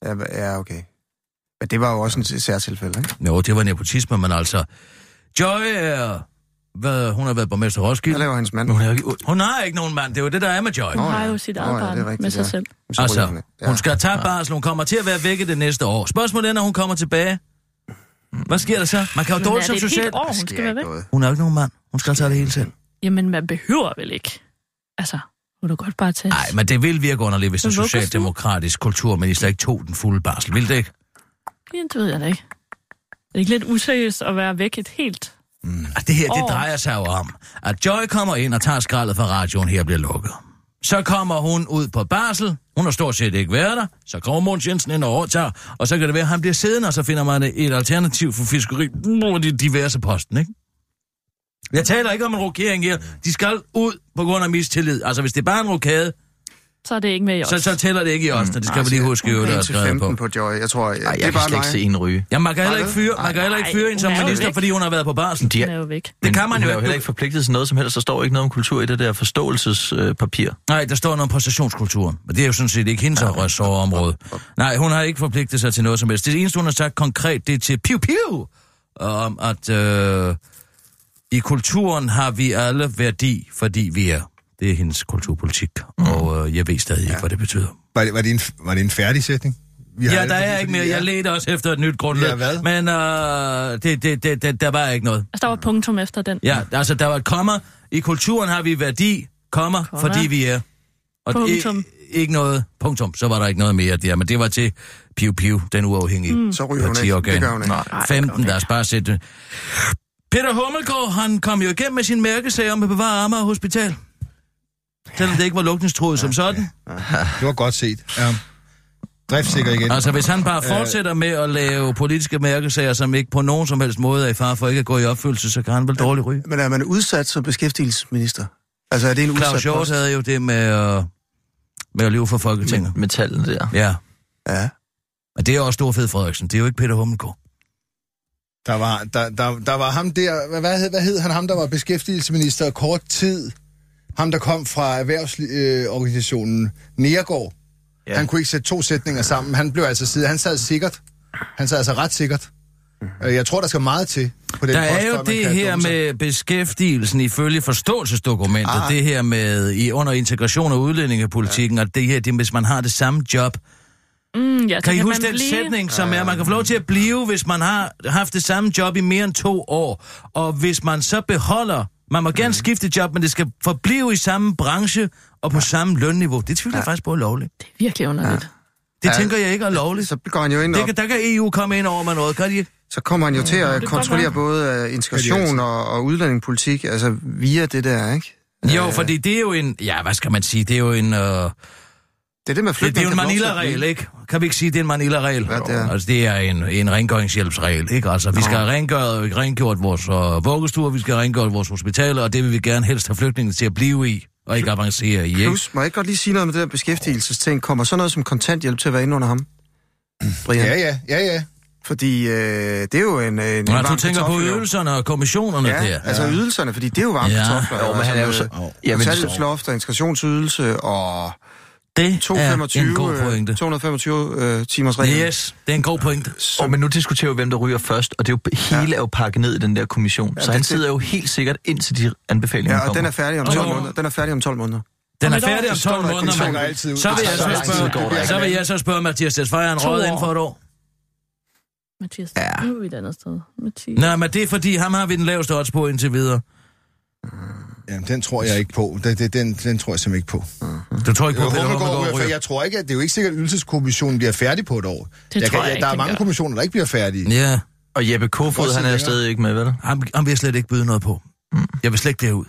Speaker 5: Ja, hva- ja, okay. Men det var jo også en s- særtilfælde, ikke?
Speaker 3: Jo, det var nepotisme, men altså... Joy er... Hvad, hun har været borgmester i
Speaker 5: Jeg
Speaker 3: Roskilde.
Speaker 5: laver hendes mand.
Speaker 4: Hun er jo ikke...
Speaker 3: Hun har ikke nogen mand. Det er jo det, der er med Joy.
Speaker 5: Nå,
Speaker 6: Hun har
Speaker 5: ja.
Speaker 6: jo sit
Speaker 5: Nå,
Speaker 6: eget
Speaker 5: ja, det er
Speaker 6: barn
Speaker 5: rigtigt,
Speaker 6: med sig
Speaker 5: ja.
Speaker 6: selv.
Speaker 5: Så ryger
Speaker 3: Altså,
Speaker 5: hun, ja.
Speaker 3: hun skal tage barsel. Hun kommer til at være væk i det næste år. Spørgsmålet er, når hun kommer tilbage. Hvad sker der så? Man kan jo
Speaker 6: Men er
Speaker 3: dårligt
Speaker 6: det
Speaker 3: som
Speaker 6: et
Speaker 3: social...
Speaker 6: helt år, hun skal
Speaker 5: sker
Speaker 6: være
Speaker 5: ikke
Speaker 6: væk?
Speaker 5: noget.
Speaker 3: Hun har jo ikke nogen mand. Hun skal tage det hele selv.
Speaker 6: Jamen, man behøver vel ikke. Altså, må du godt bare tage...
Speaker 3: Nej, men det vil virke underligt, hvis en
Speaker 6: Men hvorfor
Speaker 3: socialdemokratisk kulturminister ikke tog den fulde barsel. Vil det ikke?
Speaker 6: Jamen, det ved jeg da ikke. Er det ikke lidt useriøst at være væk et helt?
Speaker 3: Altså, det her, det
Speaker 6: Åh.
Speaker 3: drejer sig jo om, at Joy kommer ind og tager skraldet fra radioen, her bliver lukket. Så kommer hun ud på barsel, hun har stort set ikke været der, så kommer Måns Jensen ind og overtager, og så kan det være, at han bliver siddende, og så finder man et alternativ for fiskeri mod de diverse posten, ikke? Jeg taler ikke om en rokering her. De skal ud på grund af mistillid. Altså, hvis det er bare en rokade,
Speaker 6: Så er det ikke med i os.
Speaker 3: så, så tæller det ikke i os, det skal vi lige huske, jo, der er
Speaker 5: Hun til
Speaker 3: skrevet på.
Speaker 5: 15 på Joy. Jeg tror, ja,
Speaker 4: Ej,
Speaker 5: det
Speaker 4: jeg
Speaker 5: er
Speaker 4: kan
Speaker 5: bare
Speaker 4: slet ikke se
Speaker 5: mig.
Speaker 4: en ryge.
Speaker 3: Ja, man kan heller ikke
Speaker 5: Nej, vel?
Speaker 3: fyre, man kan heller ikke fyre en som
Speaker 6: hun er jo
Speaker 3: minister,
Speaker 6: væk.
Speaker 3: fordi hun har været på barsel.
Speaker 4: De
Speaker 6: Hun er jo væk.
Speaker 3: Det kan man
Speaker 4: hun
Speaker 3: jo
Speaker 4: er jo
Speaker 3: ikke.
Speaker 4: heller ikke forpligtet til noget som helst. Der står ikke noget om kultur i det der forståelsespapir.
Speaker 3: Nej, der står noget om præstationskulturen, men det er jo sådan set ikke hendes ressortområde. Nej, hun har ikke forpligtet sig til noget som helst. Det eneste, hun har sagt konkret, det er til Piu Piu, om at øh, i kulturen har vi alle værdi, fordi vi er. Det er hendes kulturpolitik,
Speaker 7: Mhm.
Speaker 3: og øh, jeg ved stadig ikke, hvad det betyder.
Speaker 7: Var det, var, det en, var det en færdig sætning? Vi har
Speaker 3: Ja,
Speaker 7: alle
Speaker 3: der er
Speaker 7: fordi-
Speaker 3: ikke
Speaker 7: fordi-
Speaker 3: mere. Jeg ledte også efter et nyt grundlag,
Speaker 7: Ja, hvad?
Speaker 3: men øh, det, det, det, det, der var ikke noget.
Speaker 6: Altså, der var punktum efter den.
Speaker 3: Ja, altså der var et komma. I kulturen har vi værdi, komma, komma.
Speaker 6: Komma.
Speaker 3: fordi vi er. Og
Speaker 6: Punktum.
Speaker 3: I, ikke noget, punktum, så var der ikke noget mere der, men det var til Piu Piu, den uafhængige mm.
Speaker 5: Så ryger hun ikke. Det gør hun ikke.
Speaker 6: Ej,
Speaker 3: 15, lad os bare sætte det. Peter Hummelgaard, han kom jo igennem med sin mærkesag om at bevare Amager Hospital. Selvom det ikke var lukningstroet som sådan.
Speaker 7: Det var godt set. Ja. Driftsikker igen.
Speaker 3: Altså, hvis han bare fortsætter med at lave politiske mærkesager, som ikke på nogen som helst måde er i far for ikke at gå i opfyldelse, så kan han vel dårligt ryge.
Speaker 5: Men er man udsat som beskæftigelsesminister? Altså, er det en udsat
Speaker 3: Claus Hjort
Speaker 5: post?
Speaker 3: havde jo det med, øh, med at leve for Folketinget.
Speaker 4: Med tallene der.
Speaker 3: Ja,
Speaker 5: Ja.
Speaker 3: men det er også Storfed Frederiksen. Det er jo ikke Peter Hummelgaard.
Speaker 7: Der var, der, der, der var ham der, hvad, hvad, hed, hvad hed han, ham der var beskæftigelsesminister kort tid, ham der kom fra erhvervsorganisationen øh, Nergård. Ja. Han kunne ikke sætte to sætninger sammen, han blev altså siddet, han sad sikkert, han sad altså ret sikkert. Øh, Jeg tror, der skal meget til på den
Speaker 3: Der
Speaker 7: post,
Speaker 3: er
Speaker 7: før
Speaker 3: jo
Speaker 7: man
Speaker 3: det
Speaker 7: kan
Speaker 3: her
Speaker 7: dumme sig.
Speaker 3: med beskæftigelsen ifølge forståelsesdokumentet, ah. det her med i under integration og udlændingepolitikken, ja. og det her, det, er, hvis man har det samme job.
Speaker 6: Mm, ja, så
Speaker 3: Kan I huske
Speaker 6: man
Speaker 3: den
Speaker 6: blive-
Speaker 3: sætning, som er, man kan få lov til at blive, hvis man har haft det samme job i mere end to år, og hvis man så beholder, man må gerne skifte job, men det skal forblive i samme branche og på samme lønniveau. Det tvivler jeg faktisk på er lovligt.
Speaker 6: Det er virkelig underligt. Ja.
Speaker 3: Det tænker jeg ikke er lovligt.
Speaker 5: Så går han jo ind
Speaker 3: Det
Speaker 5: og...
Speaker 3: kan, der kan EU komme ind over med noget, kan de ikke?
Speaker 5: Så kommer han jo til at
Speaker 6: kan
Speaker 5: kontrollere
Speaker 6: godt
Speaker 5: både øh, integration og, og udlændingepolitik, altså via det der, ikke?
Speaker 3: Jo, fordi det er jo en... Ja, hvad skal man sige? Det er jo en... Øh, det,
Speaker 5: Det er det med
Speaker 3: det er jo
Speaker 5: flygtninge.
Speaker 3: en
Speaker 5: kan få lov til at blive.
Speaker 3: Manila-regel, ikke? Kan vi ikke sige, det er en Manila-regel?
Speaker 5: Ja, det er.
Speaker 3: Altså, det er en, en rengøringshjælpsregel, ikke? Altså, vi skal have rengøret, rengjort vores øh, vuggestuer, vi skal have rengjort vores hospitaler, og det vil vi gerne helst have flygtningene til at blive i, og ikke avancere i, ikke?
Speaker 5: Plus, må jeg ikke godt lige sige noget med det der beskæftigelsesting? Kommer sådan noget som kontanthjælp til at være inde under ham? Brian?
Speaker 7: Ja, ja, ja, ja.
Speaker 5: Fordi øh, det er jo en... en
Speaker 3: Nå,
Speaker 5: en
Speaker 3: du
Speaker 5: varm
Speaker 3: tænker på
Speaker 5: kartoffel, jo.
Speaker 3: ydelserne og kommissionerne
Speaker 5: Ja,
Speaker 3: der.
Speaker 5: altså ydelserne, fordi det er jo varme
Speaker 3: Ja.
Speaker 5: ja. kartofler.
Speaker 4: Jo, men han er jo så-
Speaker 5: Ja,
Speaker 4: Jamen,
Speaker 5: men
Speaker 4: så-
Speaker 5: og integrationsydelse og
Speaker 3: Det er
Speaker 5: 225,
Speaker 3: en god
Speaker 5: øh,
Speaker 3: pointe.
Speaker 5: 225 øh, timers regel.
Speaker 3: Yes, det er en god pointe.
Speaker 4: Og men nu diskuterer vi, hvem der ryger først, og det er jo hele er jo pakket ned i den der kommission. så
Speaker 5: det-
Speaker 4: han
Speaker 5: det-
Speaker 4: sidder jo helt sikkert ind til de anbefalinger,
Speaker 5: Ja, og
Speaker 4: kommer.
Speaker 5: den er færdig om 12
Speaker 3: Åh.
Speaker 5: måneder. Den er færdig om 12 måneder.
Speaker 3: Den er
Speaker 6: Om et år,
Speaker 3: færdig om
Speaker 5: så står
Speaker 3: 12
Speaker 5: der i
Speaker 3: måneder,
Speaker 5: kontoret
Speaker 3: mand.
Speaker 7: altid ud. Altså,
Speaker 3: Så vil jeg
Speaker 7: Så
Speaker 3: så
Speaker 7: lang tid går der
Speaker 3: spørge,
Speaker 7: ikke.
Speaker 3: så vil jeg så spørge Mathias Tesfaye, han
Speaker 6: To
Speaker 3: røget
Speaker 6: år.
Speaker 3: inden for et år.
Speaker 6: Mathias, ja. nu er vi et andet sted. Mathias.
Speaker 3: Nej, men det er fordi, ham har vi den laveste odds på indtil videre.
Speaker 7: Jamen, den tror jeg ikke på. Den, den, den, den tror jeg simpelthen ikke på.
Speaker 3: Du tror ikke på,
Speaker 7: Jo,
Speaker 3: at Peter Hummelgaard
Speaker 7: Hummelgaard,
Speaker 3: ryger?
Speaker 7: ryger. Jeg tror ikke, at det er jo ikke sikkert, at ydelseskommissionen bliver færdig på et år.
Speaker 6: Det tror jeg
Speaker 7: kan,
Speaker 6: ikke,
Speaker 7: Der er
Speaker 6: den
Speaker 7: mange
Speaker 6: gør.
Speaker 7: kommissioner, der ikke bliver færdige.
Speaker 3: Ja.
Speaker 4: Og Jeppe Kofod,
Speaker 7: Også
Speaker 4: han er
Speaker 7: længere.
Speaker 4: stadig ikke med, vel?
Speaker 3: Ham, ham vil jeg slet ikke byde noget på. Mm. Jeg vil slet ikke derud.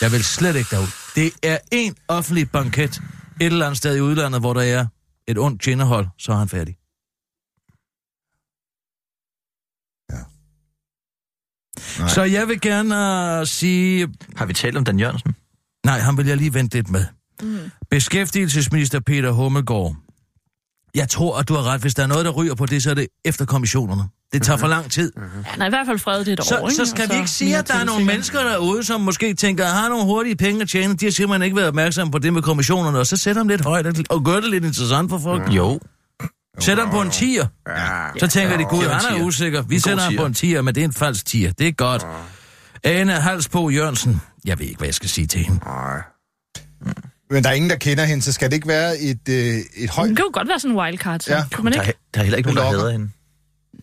Speaker 3: Jeg vil slet ikke derud. Det er en offentlig banket et eller andet sted i udlandet, hvor der er et ondt tjenerhold, så er han færdig.
Speaker 7: Ja.
Speaker 3: Nej. Så jeg vil gerne uh, sige...
Speaker 4: Har vi talt om Dan Jørgensen?
Speaker 3: Nej, ham vil jeg lige vente lidt med. Mm. Beskæftigelsesminister Peter Hummelgaard. Jeg tror, at du har ret. Hvis der er noget, der ryger på det, så er det efter kommissionerne. Det tager for lang tid.
Speaker 6: Han er i hvert fald fredet et år,
Speaker 3: Så,
Speaker 6: ikke? Altså,
Speaker 3: så skal
Speaker 6: Og
Speaker 4: altså,
Speaker 3: vi ikke sige,
Speaker 6: mere
Speaker 3: at der er
Speaker 6: tid,
Speaker 3: nogle
Speaker 6: sikkert.
Speaker 3: mennesker derude, som måske tænker, har nogle hurtige penge at tjene. De har simpelthen ikke været opmærksomme på det med kommissionerne, og så sætter dem lidt højt og- og gør det lidt interessant for folk.
Speaker 4: Jo.
Speaker 3: Sætter dem på en tier. Så tænker de, gud,
Speaker 4: Det er en
Speaker 3: han er
Speaker 4: tier.
Speaker 3: usikker. Vi
Speaker 4: En god
Speaker 3: sætter ham
Speaker 4: tier.
Speaker 3: på en tier, men det er en falsk tier. Det er godt. Ane Hals på Jørgensen. Jeg ved ikke, hvad jeg skal sige til hende.
Speaker 7: Men der er ingen, der kender hende, så skal det ikke være et, øh, et højt...
Speaker 6: Det kan jo godt være sådan en wildcard, så.
Speaker 7: Ja.
Speaker 6: Ja. Kunne man
Speaker 4: Der,
Speaker 6: ikke?
Speaker 4: er- der er heller ikke nogen, der
Speaker 7: Lokker.
Speaker 4: hader hende.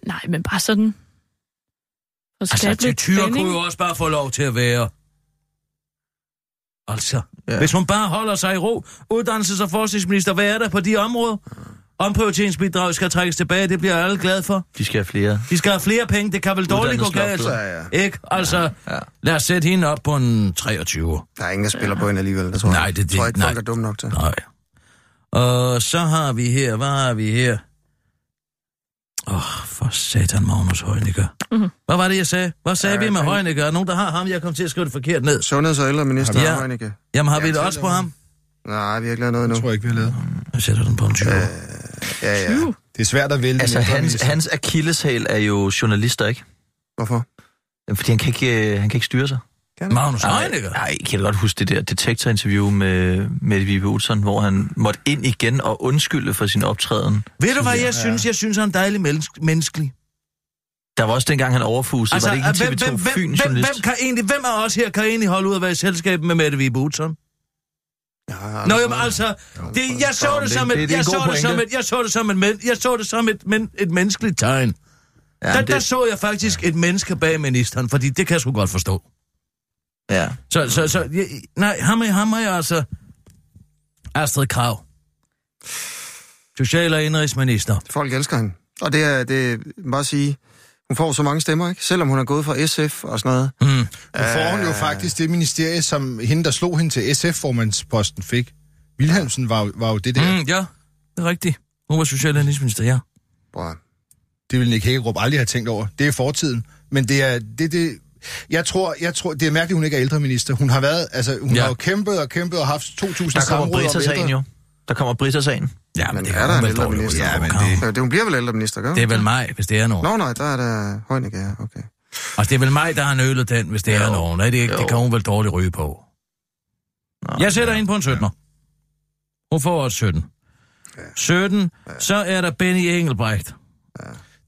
Speaker 6: Nej, men bare sådan... For at
Speaker 3: Altså,
Speaker 6: skabe
Speaker 3: til
Speaker 6: lidt
Speaker 3: tyre
Speaker 6: spænding.
Speaker 3: kunne jo også bare få lov til at være. Altså, ja.
Speaker 4: Ja.
Speaker 3: hvis hun bare holder sig i ro, uddannelses- og forskningsminister, hvad er der på de områder? Omprioriteringsbidraget skal trækkes tilbage, det bliver alle glade for.
Speaker 4: De skal have flere.
Speaker 3: De skal have flere penge, det kan vel dårligt gå galt.
Speaker 4: Uddannelsesloftet.
Speaker 5: Ja,
Speaker 3: Ikke? Altså, ja,
Speaker 4: ja.
Speaker 3: ja. lad os sætte hende op på en 23.
Speaker 5: Der er ingen, der spiller på hende alligevel, der tror jeg.
Speaker 3: Nej, det er det.
Speaker 5: Jeg tror ikke,
Speaker 3: Nej.
Speaker 5: folk er dumme nok til.
Speaker 3: Nej. Og så har vi her, hvad har vi her? Åh, oh, for satan, Magnus Heunicke. Mm-hmm. Hvad var det, jeg sagde? Hvad sagde vi med Heunicke? Er der nogen, der har ham? Jeg kom til at skrive det forkert ned.
Speaker 5: Sundheds- og ældreminister
Speaker 3: Ja.
Speaker 5: ja. Heunicke.
Speaker 3: Jamen, har vi
Speaker 7: Jeg
Speaker 3: det
Speaker 7: taler
Speaker 3: også på
Speaker 7: om-
Speaker 3: ham?
Speaker 5: Nej, vi har ikke lavet noget endnu.
Speaker 7: tror jeg ikke, vi har lavet.
Speaker 3: Jeg sætter den på en 20. Øh.
Speaker 5: Ja, ja.
Speaker 7: Det er svært at vælge.
Speaker 4: Altså,
Speaker 7: men jeg
Speaker 4: hans,
Speaker 7: tror, vi-
Speaker 4: hans akilleshæl er jo journalister, ikke?
Speaker 5: Hvorfor?
Speaker 4: Jamen, Fordi han kan ikke, øh, han kan ikke styre sig.
Speaker 3: Magnus Heunicke?
Speaker 4: Nej, jeg kan da godt huske det der detektorinterview med Mette Vibe Utzon, hvor han måtte ind igen og undskylde for sin optræden.
Speaker 3: Ved du, hvad jeg synes? Jeg synes, han er dejlig menneske- menneskelig.
Speaker 4: Der var også dengang, han overfusede. Altså, var det ikke en
Speaker 3: hvem, hvem,
Speaker 4: TV2
Speaker 3: hvem,
Speaker 4: Fyn
Speaker 3: hvem,
Speaker 4: journalist?
Speaker 3: hvem, kan egentlig, hvem af os her kan egentlig holde ud at være i selskab med Mette Vibe Utzon?
Speaker 5: Ja,
Speaker 3: Nå, jamen altså, det, jeg så det
Speaker 4: det-
Speaker 3: som
Speaker 4: det-
Speaker 3: et,
Speaker 4: det er
Speaker 3: jeg
Speaker 4: en
Speaker 3: så
Speaker 4: god
Speaker 3: det som
Speaker 4: pointe.
Speaker 3: et, jeg så det som et, men, jeg så det som et, men, et menneskeligt tegn.
Speaker 4: Ja,
Speaker 3: Der,
Speaker 4: det-
Speaker 3: der så jeg faktisk et menneske bag ministeren, fordi det kan jeg sgu godt forstå.
Speaker 4: ja.
Speaker 3: Så, så, så, jeg, nej, ham er, ham er jeg altså Astrid Krav. Social- og indrigsminister.
Speaker 5: Folk elsker hende. Og det er, det er bare at sige, hun får så mange stemmer, ikke? Selvom hun er gået fra SF og sådan noget.
Speaker 7: Hm. Nu får hun jo faktisk det ministerie, som hende, der slog hende til SF-formandsposten, fik. Vilhelmsen var, jo- var jo det der.
Speaker 3: Mm, ja, det er rigtigt. Hun var social- og indrigsminister, ja.
Speaker 5: Bror.
Speaker 7: Det ville Nick Hækkerup aldrig have tænkt over. Det er fortiden. Men det er... Det, det, jeg tror, jeg tror, det er mærkeligt, hun ikke er ældreminister. Hun har været, altså, hun
Speaker 3: Ja.
Speaker 7: ja. har jo kæmpet og kæmpet og haft 2.000
Speaker 4: Der kommer
Speaker 7: samråd om
Speaker 4: Brita-sagen
Speaker 7: ældre.
Speaker 4: jo. Der kommer Brita-sagen.
Speaker 3: Ja, men,
Speaker 5: Men
Speaker 3: det
Speaker 5: er der
Speaker 3: hun
Speaker 5: en
Speaker 3: vel dårligt
Speaker 5: ældreminister?
Speaker 3: ud
Speaker 7: Ja,
Speaker 3: over,
Speaker 7: men
Speaker 3: Krav.
Speaker 7: det-
Speaker 5: Ja, det, hun bliver vel ældreminister, gør
Speaker 3: Det
Speaker 5: hun?
Speaker 3: er vel mig, hvis det er nogen.
Speaker 5: Nå, nej, der er der Heunicke, ja, okay.
Speaker 3: Og Altså, det er vel mig, der har nølet den, hvis det jo. er nogen. Nej, det, er ikke, det kan hun vel dårligt ryge på. Nå, jeg sætter ja, ind på en 17'er. Hun får også 17. 17, så er der Benny Engelbrecht.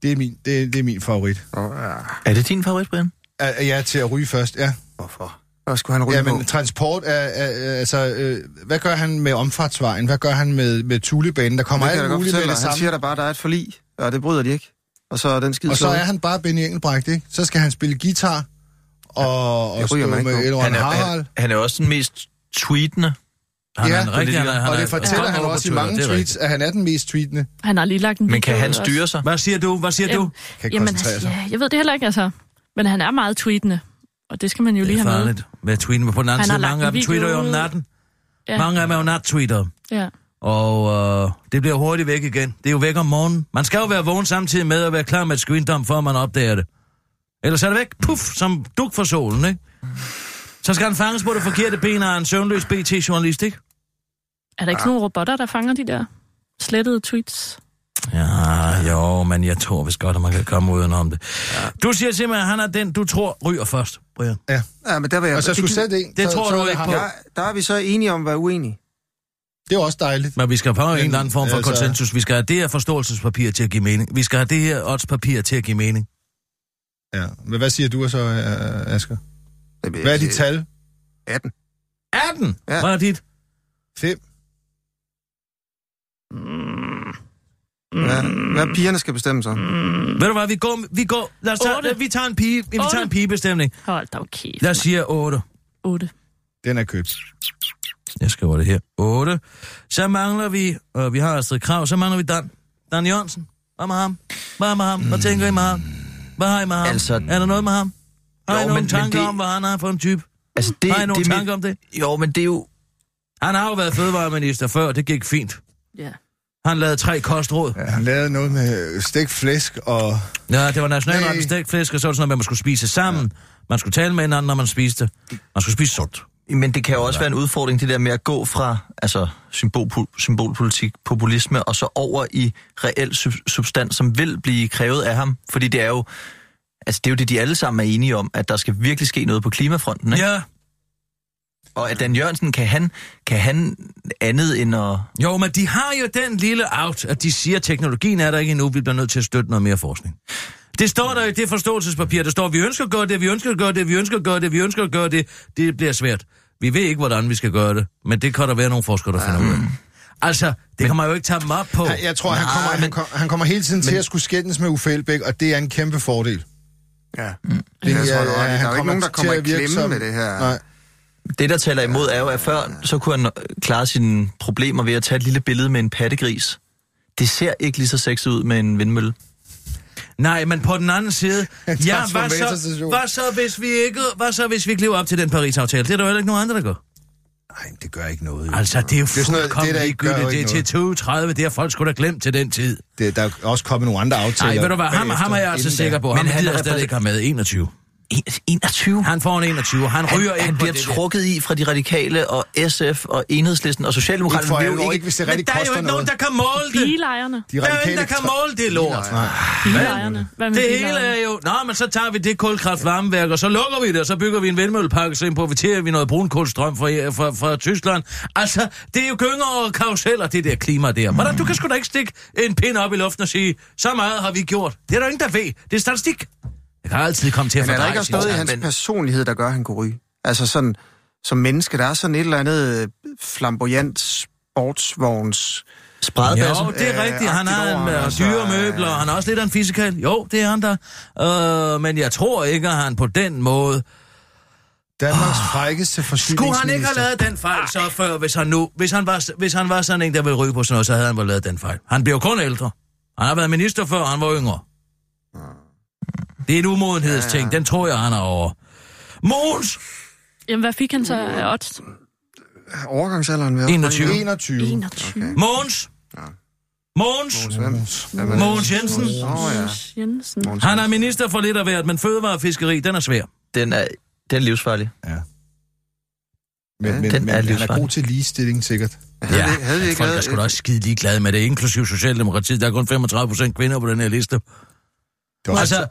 Speaker 7: Det er min, det, er- det er min favorit.
Speaker 5: Og, ja,
Speaker 4: Er det din favorit, Brian?
Speaker 7: Er, er jeg til at ryge først, ja.
Speaker 5: hvorfor? Hvad skulle han ryge
Speaker 7: Ja,
Speaker 5: ja, på?
Speaker 7: men transport er, er, er altså, øh, hvad gør han med omfartsvejen? Hvad gør han med, med tulebanen? Der kommer
Speaker 5: Det kan jeg da
Speaker 7: alt
Speaker 5: godt
Speaker 7: muligt med
Speaker 5: fortælle
Speaker 7: det
Speaker 5: dig. Han siger
Speaker 7: samme.
Speaker 5: der bare, at der er et forlig, og det bryder de ikke. Og så er den skid
Speaker 7: Og så
Speaker 5: slået.
Speaker 7: er han bare Benny Engelbrecht, ikke? Så skal han spille guitar og, og
Speaker 5: ryger
Speaker 7: stå
Speaker 5: mig ikke på.
Speaker 7: med Elrond
Speaker 4: Han er,
Speaker 7: Harald.
Speaker 4: han, han er også den mest tweetende.
Speaker 3: Han
Speaker 7: Ja,
Speaker 3: er en rigtig, han er, han
Speaker 7: Og
Speaker 3: er-
Speaker 7: det fortæller
Speaker 3: han
Speaker 7: han
Speaker 3: er
Speaker 7: også i
Speaker 3: Twitter,
Speaker 7: mange
Speaker 3: det er
Speaker 7: tweets, at han er den mest tweetende.
Speaker 6: Han har lige lagt en
Speaker 4: Men kan
Speaker 6: video
Speaker 4: han
Speaker 6: ud også.
Speaker 4: styre sig?
Speaker 3: rigtigt. Hvad siger du? Hvad siger du?
Speaker 7: Kan ikke
Speaker 6: Jamen,
Speaker 7: koncentrere
Speaker 6: altså,
Speaker 7: sig.
Speaker 6: ja, jeg ved det heller ikke, altså. Men han er meget tweetende, og det skal man jo
Speaker 3: Det
Speaker 6: lige
Speaker 3: er
Speaker 6: have med.
Speaker 3: farligt med at tweete, men på den anden
Speaker 6: Han har
Speaker 3: side,
Speaker 6: lagt
Speaker 3: mange
Speaker 6: en
Speaker 3: af dem
Speaker 6: video
Speaker 3: tweeter jo om
Speaker 6: ud.
Speaker 3: natten.
Speaker 6: Ja.
Speaker 3: Mange af dem er jo nat-tweeter.
Speaker 6: Ja.
Speaker 3: Og øh, det bliver hurtigt væk igen. Det er jo væk om morgenen. Man skal jo være vågen samtidig med at være klar med et screendom, før man opdager det. Ellers er det væk, puff, som duk for solen, ikke? Så skal han fanges på det forkerte ben af en søvnløs BT-journalist, ikke?
Speaker 6: Er der ikke sådan nogle robotter, der fanger de der slettede tweets?
Speaker 3: Ja, jo, men jeg tror vist godt, at man kan komme udenom det. Du siger simpelthen, at han er den, du tror ryger først, Brian.
Speaker 5: Ja, men der vil jeg...
Speaker 7: Og så skulle
Speaker 5: gider-
Speaker 7: sætte en.
Speaker 3: det
Speaker 7: så-
Speaker 3: tror
Speaker 7: så
Speaker 3: du
Speaker 7: er det
Speaker 3: ikke
Speaker 7: ham.
Speaker 3: på.
Speaker 5: Ja, der er vi så enige om at være uenige.
Speaker 7: Det er også dejligt.
Speaker 3: Men vi skal have en eller anden form for
Speaker 7: Altså-
Speaker 3: konsensus. Vi skal have det her forståelsespapir til at give mening. Vi skal have det her oddspapir til at give mening.
Speaker 7: Ja. Men hvad siger du så, øh, Asger? Hvad er dit
Speaker 5: Øh,
Speaker 7: tal?
Speaker 5: 18.
Speaker 3: 18! Ja.
Speaker 5: Ja.
Speaker 3: Hvad er dit?
Speaker 7: 5?
Speaker 5: Ja, hvad pigerne skal bestemme så?
Speaker 7: Mm.
Speaker 3: Ved du hvad, vi går, vi går, lad os tage,
Speaker 6: Otte.
Speaker 3: lad, vi tager en pige, vi tager en
Speaker 6: Otte.
Speaker 3: pigebestemning.
Speaker 6: Hold da okay.
Speaker 3: Lad os sige 8.
Speaker 6: 8.
Speaker 7: Den er købt.
Speaker 3: Jeg skriver det her. 8. Så mangler vi, og vi har Astrid Krav, så mangler vi Dan. Dan Jørgensen. Hvad med ham? Hvad er med ham? Hvad tænker I med ham? Hvad har I med ham?
Speaker 4: Altså-
Speaker 3: er der noget med ham? Har I
Speaker 4: Jo,
Speaker 3: nogle
Speaker 4: men- men
Speaker 3: tanker
Speaker 4: det-
Speaker 3: om, hvad han har for en type?
Speaker 4: Altså, det,
Speaker 3: Har I nogle
Speaker 4: det er mit-
Speaker 3: tanker om det?
Speaker 4: Jo, men det er jo...
Speaker 3: Han har jo været fødevareminister før, det gik fint.
Speaker 6: Ja.
Speaker 3: Han lavede tre kostråd.
Speaker 7: Ja, han lavede noget med stegt flæsk og...
Speaker 3: Ja, det var nationalretten,
Speaker 7: Nej.
Speaker 3: stegt flæsk, og så var det sådan noget med, at man skulle spise sammen. Man skulle tale med hinanden, når man spiste. Man skulle spise sundt.
Speaker 4: Men det kan jo også være en udfordring, det der med at gå fra altså, symbol, symbolpolitik, populisme, og så over i reel sub, substans, som vil blive krævet af ham. Fordi det er jo... Altså, det er jo det, de alle sammen er enige om, at der skal virkelig ske noget på klimafronten, ikke?
Speaker 3: Ja,
Speaker 4: Og at Dan Jørgensen, kan han, kan han andet end at...
Speaker 3: jo, men de har jo den lille out, at de siger, at teknologien er der ikke endnu, vi bliver nødt til at støtte noget mere forskning. Det står der i det forståelsespapir, der står, vi ønsker at gøre det, vi ønsker at gøre det, vi ønsker at gøre det, vi ønsker at gøre det. Det bliver svært. Vi ved ikke, hvordan vi skal gøre det, men det kan der være nogle forskere, der finder ud af. Altså, det kan man jo ikke tage dem op på.
Speaker 7: Han, Ah. jeg tror, han, kommer, han, kom, han kommer hele tiden men, til at skulle skændes med Uffe Elbæk, og det er en kæmpe fordel.
Speaker 5: Ja.
Speaker 7: Det,
Speaker 5: Jeg tror,
Speaker 7: er-
Speaker 5: du har ret i. Der er jo ikke nogen, der
Speaker 7: til
Speaker 5: kommer
Speaker 7: at
Speaker 5: i
Speaker 7: virke
Speaker 5: klemme med det her.
Speaker 7: Nej.
Speaker 4: Det, der taler imod, er jo, at før så kunne han øh, klare sine problemer ved at tage et lille billede med en pattegris. Det ser ikke lige så sexet ud med en vindmølle.
Speaker 3: Nej, men på den anden side, ja, hvad så,
Speaker 7: transformatorstation.
Speaker 3: hvad så, hvis vi ikke, hvad så, hvis vi ikke lever op til den Paris-aftale? Det er der jo heller ikke nogen andre, der gør.
Speaker 7: Nej, men det gør ikke noget. Jo.
Speaker 3: Altså, det er jo
Speaker 7: sådan noget- det
Speaker 3: fuldkommen
Speaker 7: der ikke gør jo
Speaker 3: ligegyldigt. Det er
Speaker 7: ikke
Speaker 3: til 2030, det har folk skulle da glemt til den tid.
Speaker 7: Det, der er også kommet nogle andre aftaler.
Speaker 3: Nej, ved du hvad, ham,
Speaker 7: bagefter,
Speaker 3: ham er jeg altså
Speaker 7: inden
Speaker 3: sikker
Speaker 7: da.
Speaker 3: på.
Speaker 4: Men
Speaker 3: Men
Speaker 4: han
Speaker 3: han
Speaker 4: er
Speaker 3: er stadig
Speaker 4: repræsent-
Speaker 3: ikke har med 21.
Speaker 4: En- 21?
Speaker 3: Han får en 21, han altså, ryger
Speaker 4: han,
Speaker 3: ind
Speaker 4: han
Speaker 3: på
Speaker 4: bliver
Speaker 3: det der.
Speaker 4: trukket i fra de radikale og SF og Enhedslisten og
Speaker 7: Ikke for
Speaker 4: Socialdemokraterne.
Speaker 7: alvor, ikke hvis det
Speaker 3: Men
Speaker 7: rigtig
Speaker 3: der er jo
Speaker 7: koster
Speaker 3: ikke nogen,
Speaker 7: noget.
Speaker 3: der kan måle det.
Speaker 6: Bilejerne.
Speaker 7: De
Speaker 3: Der er jo ingen,
Speaker 7: radikale
Speaker 3: der kan
Speaker 7: tr-
Speaker 3: måle det lort.
Speaker 6: Bilejerne. Hvad med
Speaker 3: Det hele
Speaker 6: bilejerne?
Speaker 3: er jo, nå, men så tager vi det kulkraftvarmeværk, og så lukker vi det, og så bygger vi en vindmøllepark, så importerer vi noget brunkulstrøm fra, fra, fra Tyskland. Altså, det er jo gynger og karuseller, det der klima der. Hvordan, du kan sgu da ikke stikke en pind op i luften og sige, så meget har vi gjort. Det er der ingen, der ved. Det er statistik. Det kan altid komme til at
Speaker 5: Men er der
Speaker 3: fordreje
Speaker 5: ikke også
Speaker 3: sig.
Speaker 5: noget i hans
Speaker 4: men-
Speaker 5: personlighed, der gør, at han kunne ryge? Altså sådan, som menneske, der er sådan et eller andet øh, flamboyant sportsvogns...
Speaker 4: Spredbasser.
Speaker 3: Jo, det er
Speaker 5: øh,
Speaker 3: rigtigt. Han har
Speaker 5: agtigt
Speaker 3: en
Speaker 5: over ham,
Speaker 3: øh,
Speaker 5: altså,
Speaker 3: dyre møbler, og han er også lidt af en fisikal. Jo, det er han der. Øh, men jeg tror ikke, at han på den måde
Speaker 7: Danmarks frækkeste
Speaker 3: Skulle han ikke have
Speaker 7: forsyningsminister.
Speaker 3: lavet den fejl så før, hvis han nu... Hvis han, var, hvis han var sådan en, der ville ryge på sådan noget, så havde han vel lavet den fejl. Han blev kun ældre. Han har været minister før, han var yngre.
Speaker 5: Ah.
Speaker 3: Det er en umodenhedsting. Den tror jeg, han er over. Måns!
Speaker 6: Jamen, hvad fik han så af odds?
Speaker 5: Overgangsalderen ved
Speaker 3: 21.
Speaker 7: 21.
Speaker 6: 21. Okay.
Speaker 3: Måns! Måns! Mogens Jensen.
Speaker 5: Åh ja.
Speaker 6: Jensen.
Speaker 5: Mogens
Speaker 3: Han er
Speaker 5: Jensen.
Speaker 3: minister for lidt af hvert, men fødevare og fiskeri, den er svær.
Speaker 4: Den er, den er livsfarlig.
Speaker 7: Men, men,
Speaker 4: Den
Speaker 7: men
Speaker 4: er
Speaker 7: han er
Speaker 4: livsfarlig.
Speaker 7: god til ligestilling, sikkert.
Speaker 5: Havde vi- havde vi
Speaker 3: men
Speaker 5: ikke
Speaker 3: folk er
Speaker 5: lavet
Speaker 3: sgu da
Speaker 5: et-
Speaker 3: også skide ligeglade med det, inklusiv Socialdemokratiet. Der er kun 35 procent kvinder på den her liste.
Speaker 7: Det var
Speaker 3: Altså,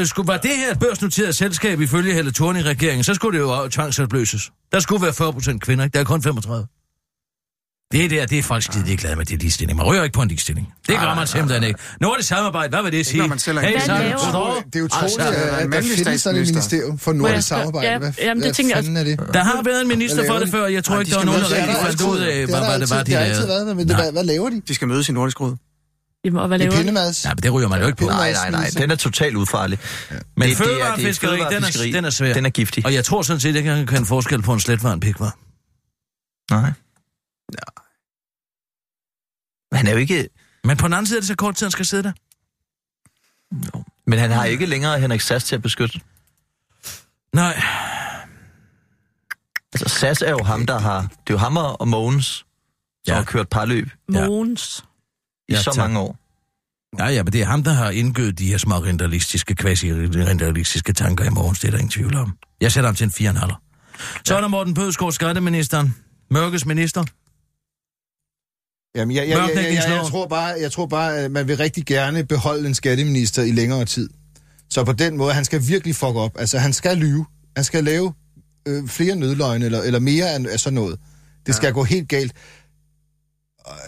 Speaker 3: øh, skulle, var det her et børsnoteret selskab ifølge Helle Thorning regeringen, så skulle det jo tvangsopløses. Der skulle være 40 procent kvinder, ikke? Der er kun 35. Det der, det er folk skide glade med, det er ligestilling. Man rører ikke på en ligestilling. Det gør man simpelthen ikke. Nordisk samarbejde, hvad vil det sige?
Speaker 5: når man selv er en
Speaker 3: Hey,
Speaker 5: kvinde.
Speaker 3: så er
Speaker 6: Hvad
Speaker 3: det
Speaker 6: laver-
Speaker 3: Trudeau.
Speaker 7: Det er utroligt,
Speaker 3: Altså,
Speaker 7: at der
Speaker 5: mandlig
Speaker 7: findes sådan et
Speaker 5: statsminister.
Speaker 7: minister for
Speaker 6: Må jeg
Speaker 7: nordisk
Speaker 6: spørge-
Speaker 7: samarbejde.
Speaker 6: ja,
Speaker 7: Hvad,
Speaker 6: jamen, det
Speaker 7: hvad
Speaker 6: tænker jeg
Speaker 7: fanden er det?
Speaker 3: der har været en minister
Speaker 7: Hvad
Speaker 3: for
Speaker 7: laver
Speaker 3: det
Speaker 7: de?
Speaker 3: før, jeg tror
Speaker 7: Nej,
Speaker 3: ikke,
Speaker 7: de
Speaker 3: der var
Speaker 7: skal
Speaker 3: nogen,
Speaker 7: mødes.
Speaker 3: der
Speaker 7: Ja,
Speaker 3: rigtig
Speaker 7: der er
Speaker 3: fandt
Speaker 7: altid-
Speaker 3: ud af,
Speaker 7: det er
Speaker 3: hvad
Speaker 7: der
Speaker 3: hvad det var,
Speaker 7: altid-
Speaker 3: de
Speaker 7: det har altid
Speaker 3: lavede.
Speaker 7: været der, men det-
Speaker 3: Nej.
Speaker 7: hvad- hvad laver de?
Speaker 5: De skal mødes i Nordisk Råd.
Speaker 6: Jamen, og hvad
Speaker 7: Det er
Speaker 6: laver han?
Speaker 7: pindemads.
Speaker 3: Nej, men det ryger man jo ikke på. altså.
Speaker 4: Nej, nej, nej. Den er totalt udfarlig.
Speaker 3: Men
Speaker 4: Det- det er- det er
Speaker 3: fødevarefiskeri, den er-
Speaker 4: fødevarefiskeri.
Speaker 3: den er svær.
Speaker 4: Den er giftig.
Speaker 3: Og jeg tror sådan set ikke, at han kan kende forskel på en sletvar og en pikvar.
Speaker 4: Nej. Nej. Han er jo ikke...
Speaker 3: Men på den anden side er det så kort tid, han skal sidde der.
Speaker 4: Men han har ikke længere Henrik Sass til at beskytte.
Speaker 3: Nej,
Speaker 4: Altså, Sass er jo ham, der har... Det er jo ham og Mogens, som
Speaker 3: Ja.
Speaker 4: ja. har kørt parløb
Speaker 3: Ja.
Speaker 6: Mogens.
Speaker 4: i
Speaker 3: Ja,
Speaker 4: så
Speaker 3: tak.
Speaker 4: mange år.
Speaker 3: Ja, ja, men det er ham, der har indgødt de her små rentalistiske, quasi-rentalistiske tanker i morgen, det er der ingen tvivl om. Jeg sætter ham til en 4,5. Så er der Morten Bødskov, skatteministeren. Mørkes minister.
Speaker 7: Jamen, jeg, jeg, jeg, jeg, jeg, jeg,
Speaker 3: Mørklægningsloven.
Speaker 7: tror bare, jeg tror bare, at man vil rigtig gerne beholde en skatteminister i længere tid. Så på den måde, han skal virkelig fuck op. Altså, han skal lyve. Han skal lave øh, flere nødløgne, eller, eller mere af, af sådan noget. Det skal gå helt galt. Og, øh,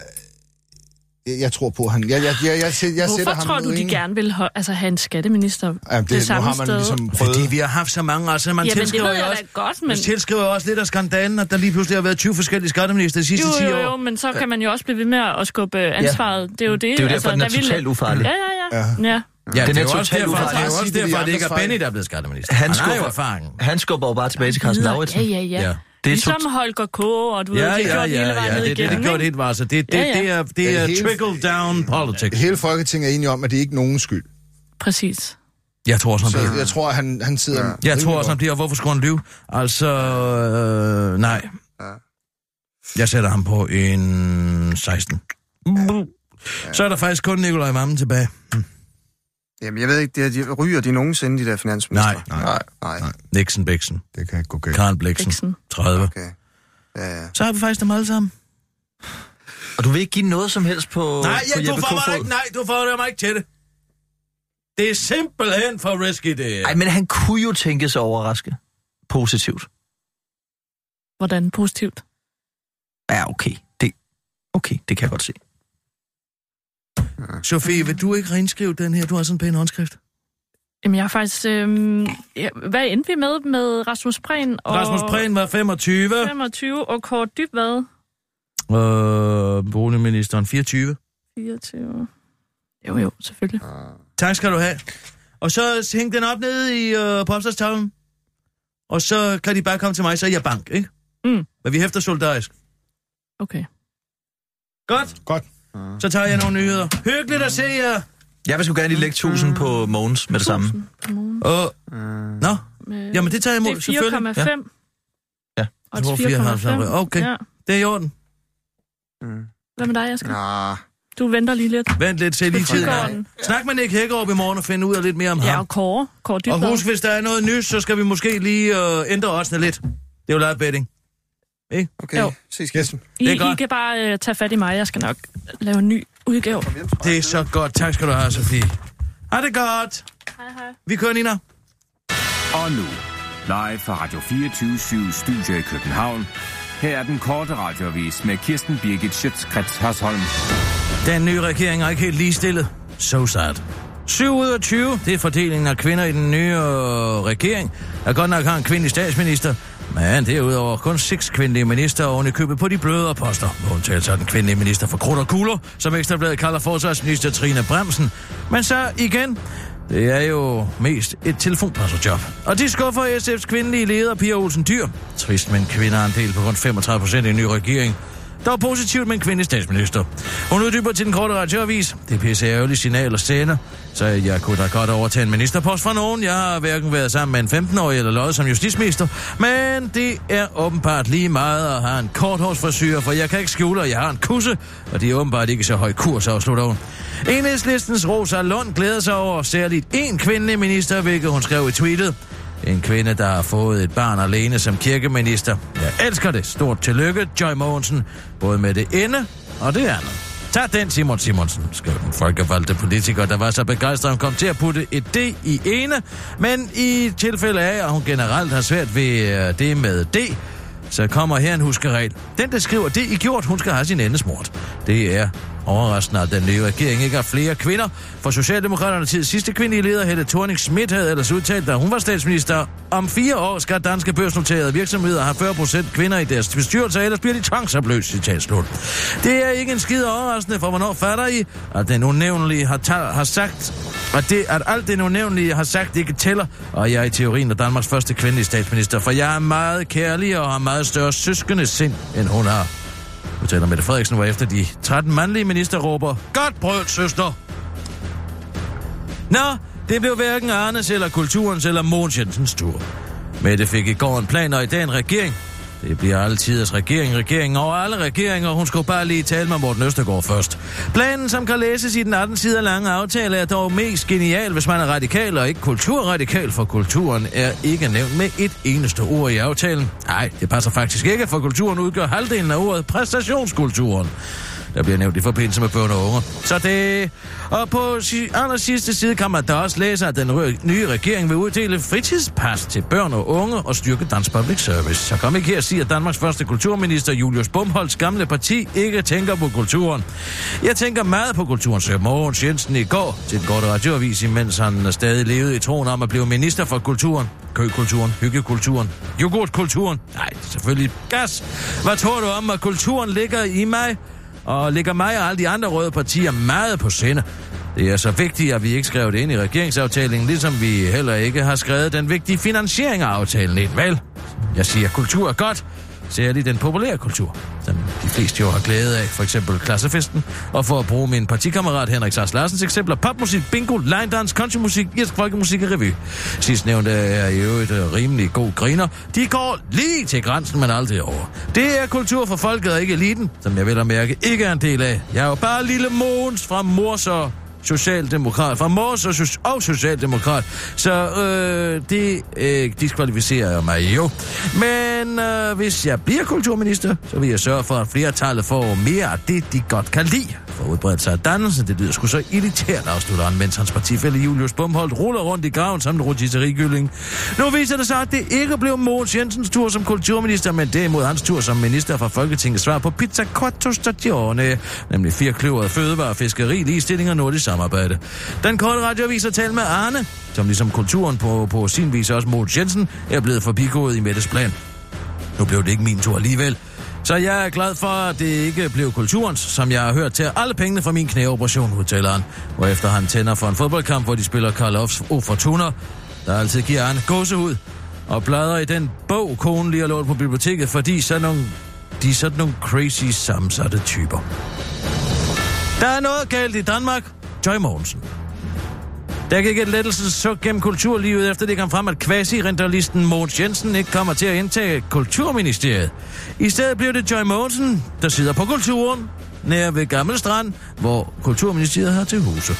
Speaker 7: Jeg, jeg tror på han. Jeg, jeg, jeg, jeg, jeg, jeg sætter
Speaker 6: Hvorfor
Speaker 7: ham
Speaker 6: tror
Speaker 7: ned
Speaker 6: du, de
Speaker 7: inden-
Speaker 6: gerne vil ho- altså, have en skatteminister
Speaker 7: Jamen, det,
Speaker 6: det
Speaker 7: det nu
Speaker 6: samme
Speaker 7: har man
Speaker 6: sted?
Speaker 7: ligesom prøvet.
Speaker 3: Fordi vi har haft så mange, altså man
Speaker 6: Jamen, det
Speaker 3: tilskriver
Speaker 6: ved
Speaker 3: jo
Speaker 6: jeg
Speaker 3: også...
Speaker 6: da godt, men...
Speaker 3: Man tilskriver jo også lidt af skandalen, at der lige pludselig har været 20 forskellige skatteminister de sidste 10
Speaker 6: Jo,
Speaker 3: år.
Speaker 6: jo, jo, men så kan man jo også blive ved med at skubbe ansvaret. Det er jo det.
Speaker 4: Det er jo derfor, den er
Speaker 6: da vi-
Speaker 4: totalt ufarlig.
Speaker 6: Ja, ja, ja. ja.
Speaker 3: Ja,
Speaker 4: Den
Speaker 3: det er
Speaker 4: er
Speaker 3: jo også
Speaker 4: totalt
Speaker 3: derfor, det
Speaker 4: ufarlig.
Speaker 3: er jo også
Speaker 7: Det er
Speaker 3: derfor,
Speaker 7: de
Speaker 3: at det ikke er
Speaker 7: andres
Speaker 3: Benny, der er blevet skatteminister. Han, han har jo erfaringen.
Speaker 4: Han skubber jo bare tilbage til Carsten
Speaker 6: Ja,
Speaker 4: Lauritsen.
Speaker 6: ja, ja.
Speaker 3: Ja.
Speaker 6: ja.
Speaker 4: Det er
Speaker 6: Ligesom
Speaker 4: tot-
Speaker 6: Holger K. og du ja, ved, det gjorde ja, hele vejen ja, ned
Speaker 3: det, det,
Speaker 6: igennem,
Speaker 3: det gjorde det
Speaker 6: ikke?
Speaker 3: helt var, så det, det,
Speaker 6: Ja, ja.
Speaker 3: det er, det er
Speaker 7: Det er helt-
Speaker 3: trickle-down politics.
Speaker 7: Hele Folketinget er enige om, at det ikke er nogen skyld.
Speaker 6: Præcis.
Speaker 3: Jeg tror sådan,
Speaker 7: Så
Speaker 3: det er.
Speaker 7: jeg tror, at han, han sidder... Ja.
Speaker 3: Jeg tror også, han bliver, hvorfor skulle han lyve? Altså, øh, nej. Jeg sætter ham på en 16. Så er der faktisk kun Nikolaj Vammen tilbage.
Speaker 5: Jamen, jeg ved ikke, det er, de, ryger de nogensinde, de der finansminister?
Speaker 3: Nej,
Speaker 7: Nej,
Speaker 5: Nej.
Speaker 3: Nixon Bixen.
Speaker 7: det kan ikke gå galt.
Speaker 3: Karen Bliksen.
Speaker 6: Bliksen.
Speaker 3: 30.
Speaker 5: Okay. Ja, ja.
Speaker 3: Så har vi faktisk dem alle sammen.
Speaker 4: Og du vil ikke give noget som helst på,
Speaker 3: Nej,
Speaker 4: på
Speaker 3: ja, du
Speaker 4: Jeppe
Speaker 3: får mig
Speaker 4: Kofod?
Speaker 3: ikke, nej, du får mig ikke til det. Det er simpelthen for risky, det er.
Speaker 4: Ej, men han kunne jo tænke sig overraske. Positivt.
Speaker 6: Hvordan? Positivt.
Speaker 4: Ja, okay. Det, okay, det kan jeg godt se.
Speaker 3: Sofie, vil du ikke renskrive den her? Du har sådan en pæn håndskrift.
Speaker 6: Jamen, jeg har faktisk... Øhm, ja, hvad endte vi med med Rasmus Prehn og...
Speaker 3: Rasmus Prehn var 25.
Speaker 6: 25 og Kort Dybvad.
Speaker 3: Øh, boligministeren 24.
Speaker 6: 24. Jo, jo, selvfølgelig.
Speaker 3: Tak skal du have. Og så hæng den op nede i øh, popstadstavlen. Og så kan de bare komme til mig, så er jeg bank, ikke?
Speaker 6: Mm.
Speaker 3: Men vi hæfter solidarisk.
Speaker 6: Okay.
Speaker 3: Godt, Ah.
Speaker 7: Godt.
Speaker 3: så tager jeg nogle nyheder. Hyggeligt at se jer.
Speaker 4: Jeg vil sgu gerne lige lægge 1000 på Mogens med det samme.
Speaker 3: Og... Nå,
Speaker 6: Med,
Speaker 3: jamen det tager jeg
Speaker 6: det
Speaker 3: imod, selvfølgelig.
Speaker 6: er 4,5.
Speaker 4: Ja.
Speaker 6: Og et
Speaker 3: Jeg tror,
Speaker 6: 4,5.
Speaker 3: 4,5. Okay.
Speaker 6: Ja.
Speaker 3: Det er i orden.
Speaker 6: Hvad med dig, Asger?
Speaker 5: Nå,
Speaker 6: Du venter lige lidt.
Speaker 3: Vent lidt, se lige
Speaker 6: Skal vi
Speaker 3: tiden.
Speaker 6: kigge over den?
Speaker 3: Snak med Nick Hækkerup i morgen og finde ud af lidt mere om
Speaker 6: Ja,
Speaker 3: ham.
Speaker 6: og Kåre. Kåre
Speaker 3: Og
Speaker 6: Dybvad.
Speaker 3: husk, hvis der er noget nyt, så skal vi måske lige øh, ændre oddsene lidt. Det er jo live betting.
Speaker 5: okay.
Speaker 6: Jo.
Speaker 5: Jo. Ses, Kirsten.
Speaker 6: I,
Speaker 3: det er godt.
Speaker 6: I kan bare øh, tage fat i mig. Jeg skal nok lave en ny udgave.
Speaker 3: Det er så godt. Tak skal du have, Sofie. Ha' det godt.
Speaker 6: Hej, hej.
Speaker 3: Vi kører, Nina.
Speaker 8: Og nu, live fra Radio 24 Studio i København. Her er den korte radiovis med Kirsten Birgit Schøtzgrads Hasholm.
Speaker 3: Den nye regering er ikke helt ligestillet. So sad. 7 ud af 20, det er fordelingen af kvinder i den nye øh, regering. Der godt nok har en kvindelig statsminister, men derudover kun seks kvindelige minister oven i købet på de blødere poster. Med undtagelse af den kvindelige minister for krudt og kugler, som ekstrabladet kalder forsvarsminister Trine Bremsen. Men så igen, det er jo mest et telefonpasserjob. Og de skuffer SF's kvindelige leder Pia Olsen Dyr. Trist, men kvinder har en del på kun 35 procent i en ny regering. Der var positivt med en kvindelig statsminister. Hun uddyber til den korte radioavis. Det er pisse ærgerligt signal at sende, så jeg kunne da godt overtage en ministerpost fra nogen. Jeg har hverken været sammen med en 15-årig eller løjet som justitsminister, men det er åbenbart lige meget at have en korthårsfrisyr, for jeg kan ikke skjule, at jeg har en kusse, og det er åbenbart ikke så høj kurs, afslutter hun. Enhedslistens Rosa Lund glæder sig over særligt en kvindelig minister, hvilket hun skrev i tweetet. En kvinde, der har fået et barn alene som kirkeminister. Jeg elsker det. Stort tillykke, Joy Mogensen. Både med det ene og det andet. Tag den, Simon Simonsen, skrev den folkevalgte politiker, der var så begejstret, at hun kom til at putte et D i ene, men i tilfælde af, at hun generelt har svært ved øh, det med D, så kommer her en huskeregel. Den, der skriver, det I gjort, hun skal have sin ende smurt. Det er overraskende, at den nye regering ikke har flere kvinder. For Socialdemokraterne til sidste kvindelige leder, Helle thorning Schmidt, havde ellers udtalt, da hun var statsminister. Om fire år skal danske børsnoterede virksomheder have 40 procent kvinder i deres bestyrelser, ellers bliver de tvangsopløst, citat slut. Det er ikke en skid overraskende, for hvornår fatter I, at den unævnlige har, ta- har sagt, og det, at alt det nævnlige har sagt ikke tæller, og jeg er i teorien er Danmarks første kvindelige statsminister, for jeg er meget kærlig og har meget større søskende sind, end hun har. Nu taler Mette Frederiksen, hvor efter de 13 mandlige minister råber, Godt brød, søster! Nå, det blev hverken Arnes eller Kulturens eller Mogens Jensens tur. Mette fik i går en plan, og i dag en regering. Det bliver altiders regering, regering over alle regeringer. Hun skulle bare lige tale med Morten Østergaard først. Planen, som kan læses i den 18 sider lange aftale, er dog mest genial, hvis man er radikal og ikke kulturradikal, for kulturen er ikke nævnt med et eneste ord i aftalen. Nej, det passer faktisk ikke, for kulturen udgør halvdelen af ordet præstationskulturen der bliver nævnt i forbindelse med børn og unge. Så det... Og på si- aller sidste side kan man da også læse, at den rø- nye regering vil uddele fritidspas til børn og unge og styrke Dansk Public Service. Så kom ikke her og sig, at Danmarks første kulturminister Julius Bumholds gamle parti ikke tænker på kulturen. Jeg tænker meget på kulturen, sagde Mogens Jensen i går til den korte radioavis, imens han stadig levede i troen om at blive minister for kulturen. Køkulturen, hyggekulturen, yoghurtkulturen. Nej, selvfølgelig gas. Hvad tror du om, at kulturen ligger i mig? og ligger mig og alle de andre røde partier meget på sinde. Det er så vigtigt, at vi ikke skrev det ind i regeringsaftalen, ligesom vi heller ikke har skrevet den vigtige finansiering af aftalen ind, vel? Jeg siger, kultur er godt, særligt den populære kultur, som de fleste jo har glæde af, for eksempel klassefesten, og for at bruge min partikammerat Henrik Sars Larsens eksempler, popmusik, bingo, linedans, countrymusik, irsk folkemusik og revy. Sidstnævnte er i øvrigt øh, rimelig god griner. De går lige til grænsen, men aldrig over. Det er kultur for folket og ikke eliten, som jeg vel at mærke ikke er en del af. Jeg er jo bare lille Måns fra Morsør socialdemokrat, fra Mors og, so- og socialdemokrat, så øh, det øh, diskvalificerer mig jo. Men øh, hvis jeg bliver kulturminister, så vil jeg sørge for, at flertallet får mere af det, de godt kan lide. For udbredelse af dannelsen, det lyder sgu så irriterende, afslutter han, mens hans partifælde Julius Bumholdt ruller rundt i graven som en rotisserigylling. Nu viser det sig, at det ikke blev Mogens Jensens tur som kulturminister, men derimod hans tur som minister for Folketingets svar på Pizza Quattro Stagione, nemlig firkløveret fødevare, fiskeri, ligestilling og nordisk samarbejde. Den korte radioavis har talt med Arne, som ligesom kulturen på, på sin vis også Mogens Jensen, er blevet forbigået i Mettes plan. Nu blev det ikke min tur alligevel. Så jeg er glad for, at det ikke blev kulturens, som jeg har hørt til alle pengene fra min knæoperation, udtaler han. Hvorefter han tænder for en fodboldkamp, hvor de spiller Karl Offs O Fortuna, der altid giver han gåsehud og bladrer i den bog, konen lige har lånt på biblioteket, fordi sådan nogle, de er sådan nogle crazy sammensatte typer. Der er noget galt i Danmark. Joy Mogensen. Der gik et lettelsens suk gennem kulturlivet, efter det kom frem, at quasi-rentalisten Mogens Jensen ikke kommer til at indtage kulturministeriet. I stedet blev det Joy Mogensen, der sidder på kulturen, nær ved Gammel Strand, hvor kulturministeriet har til huse.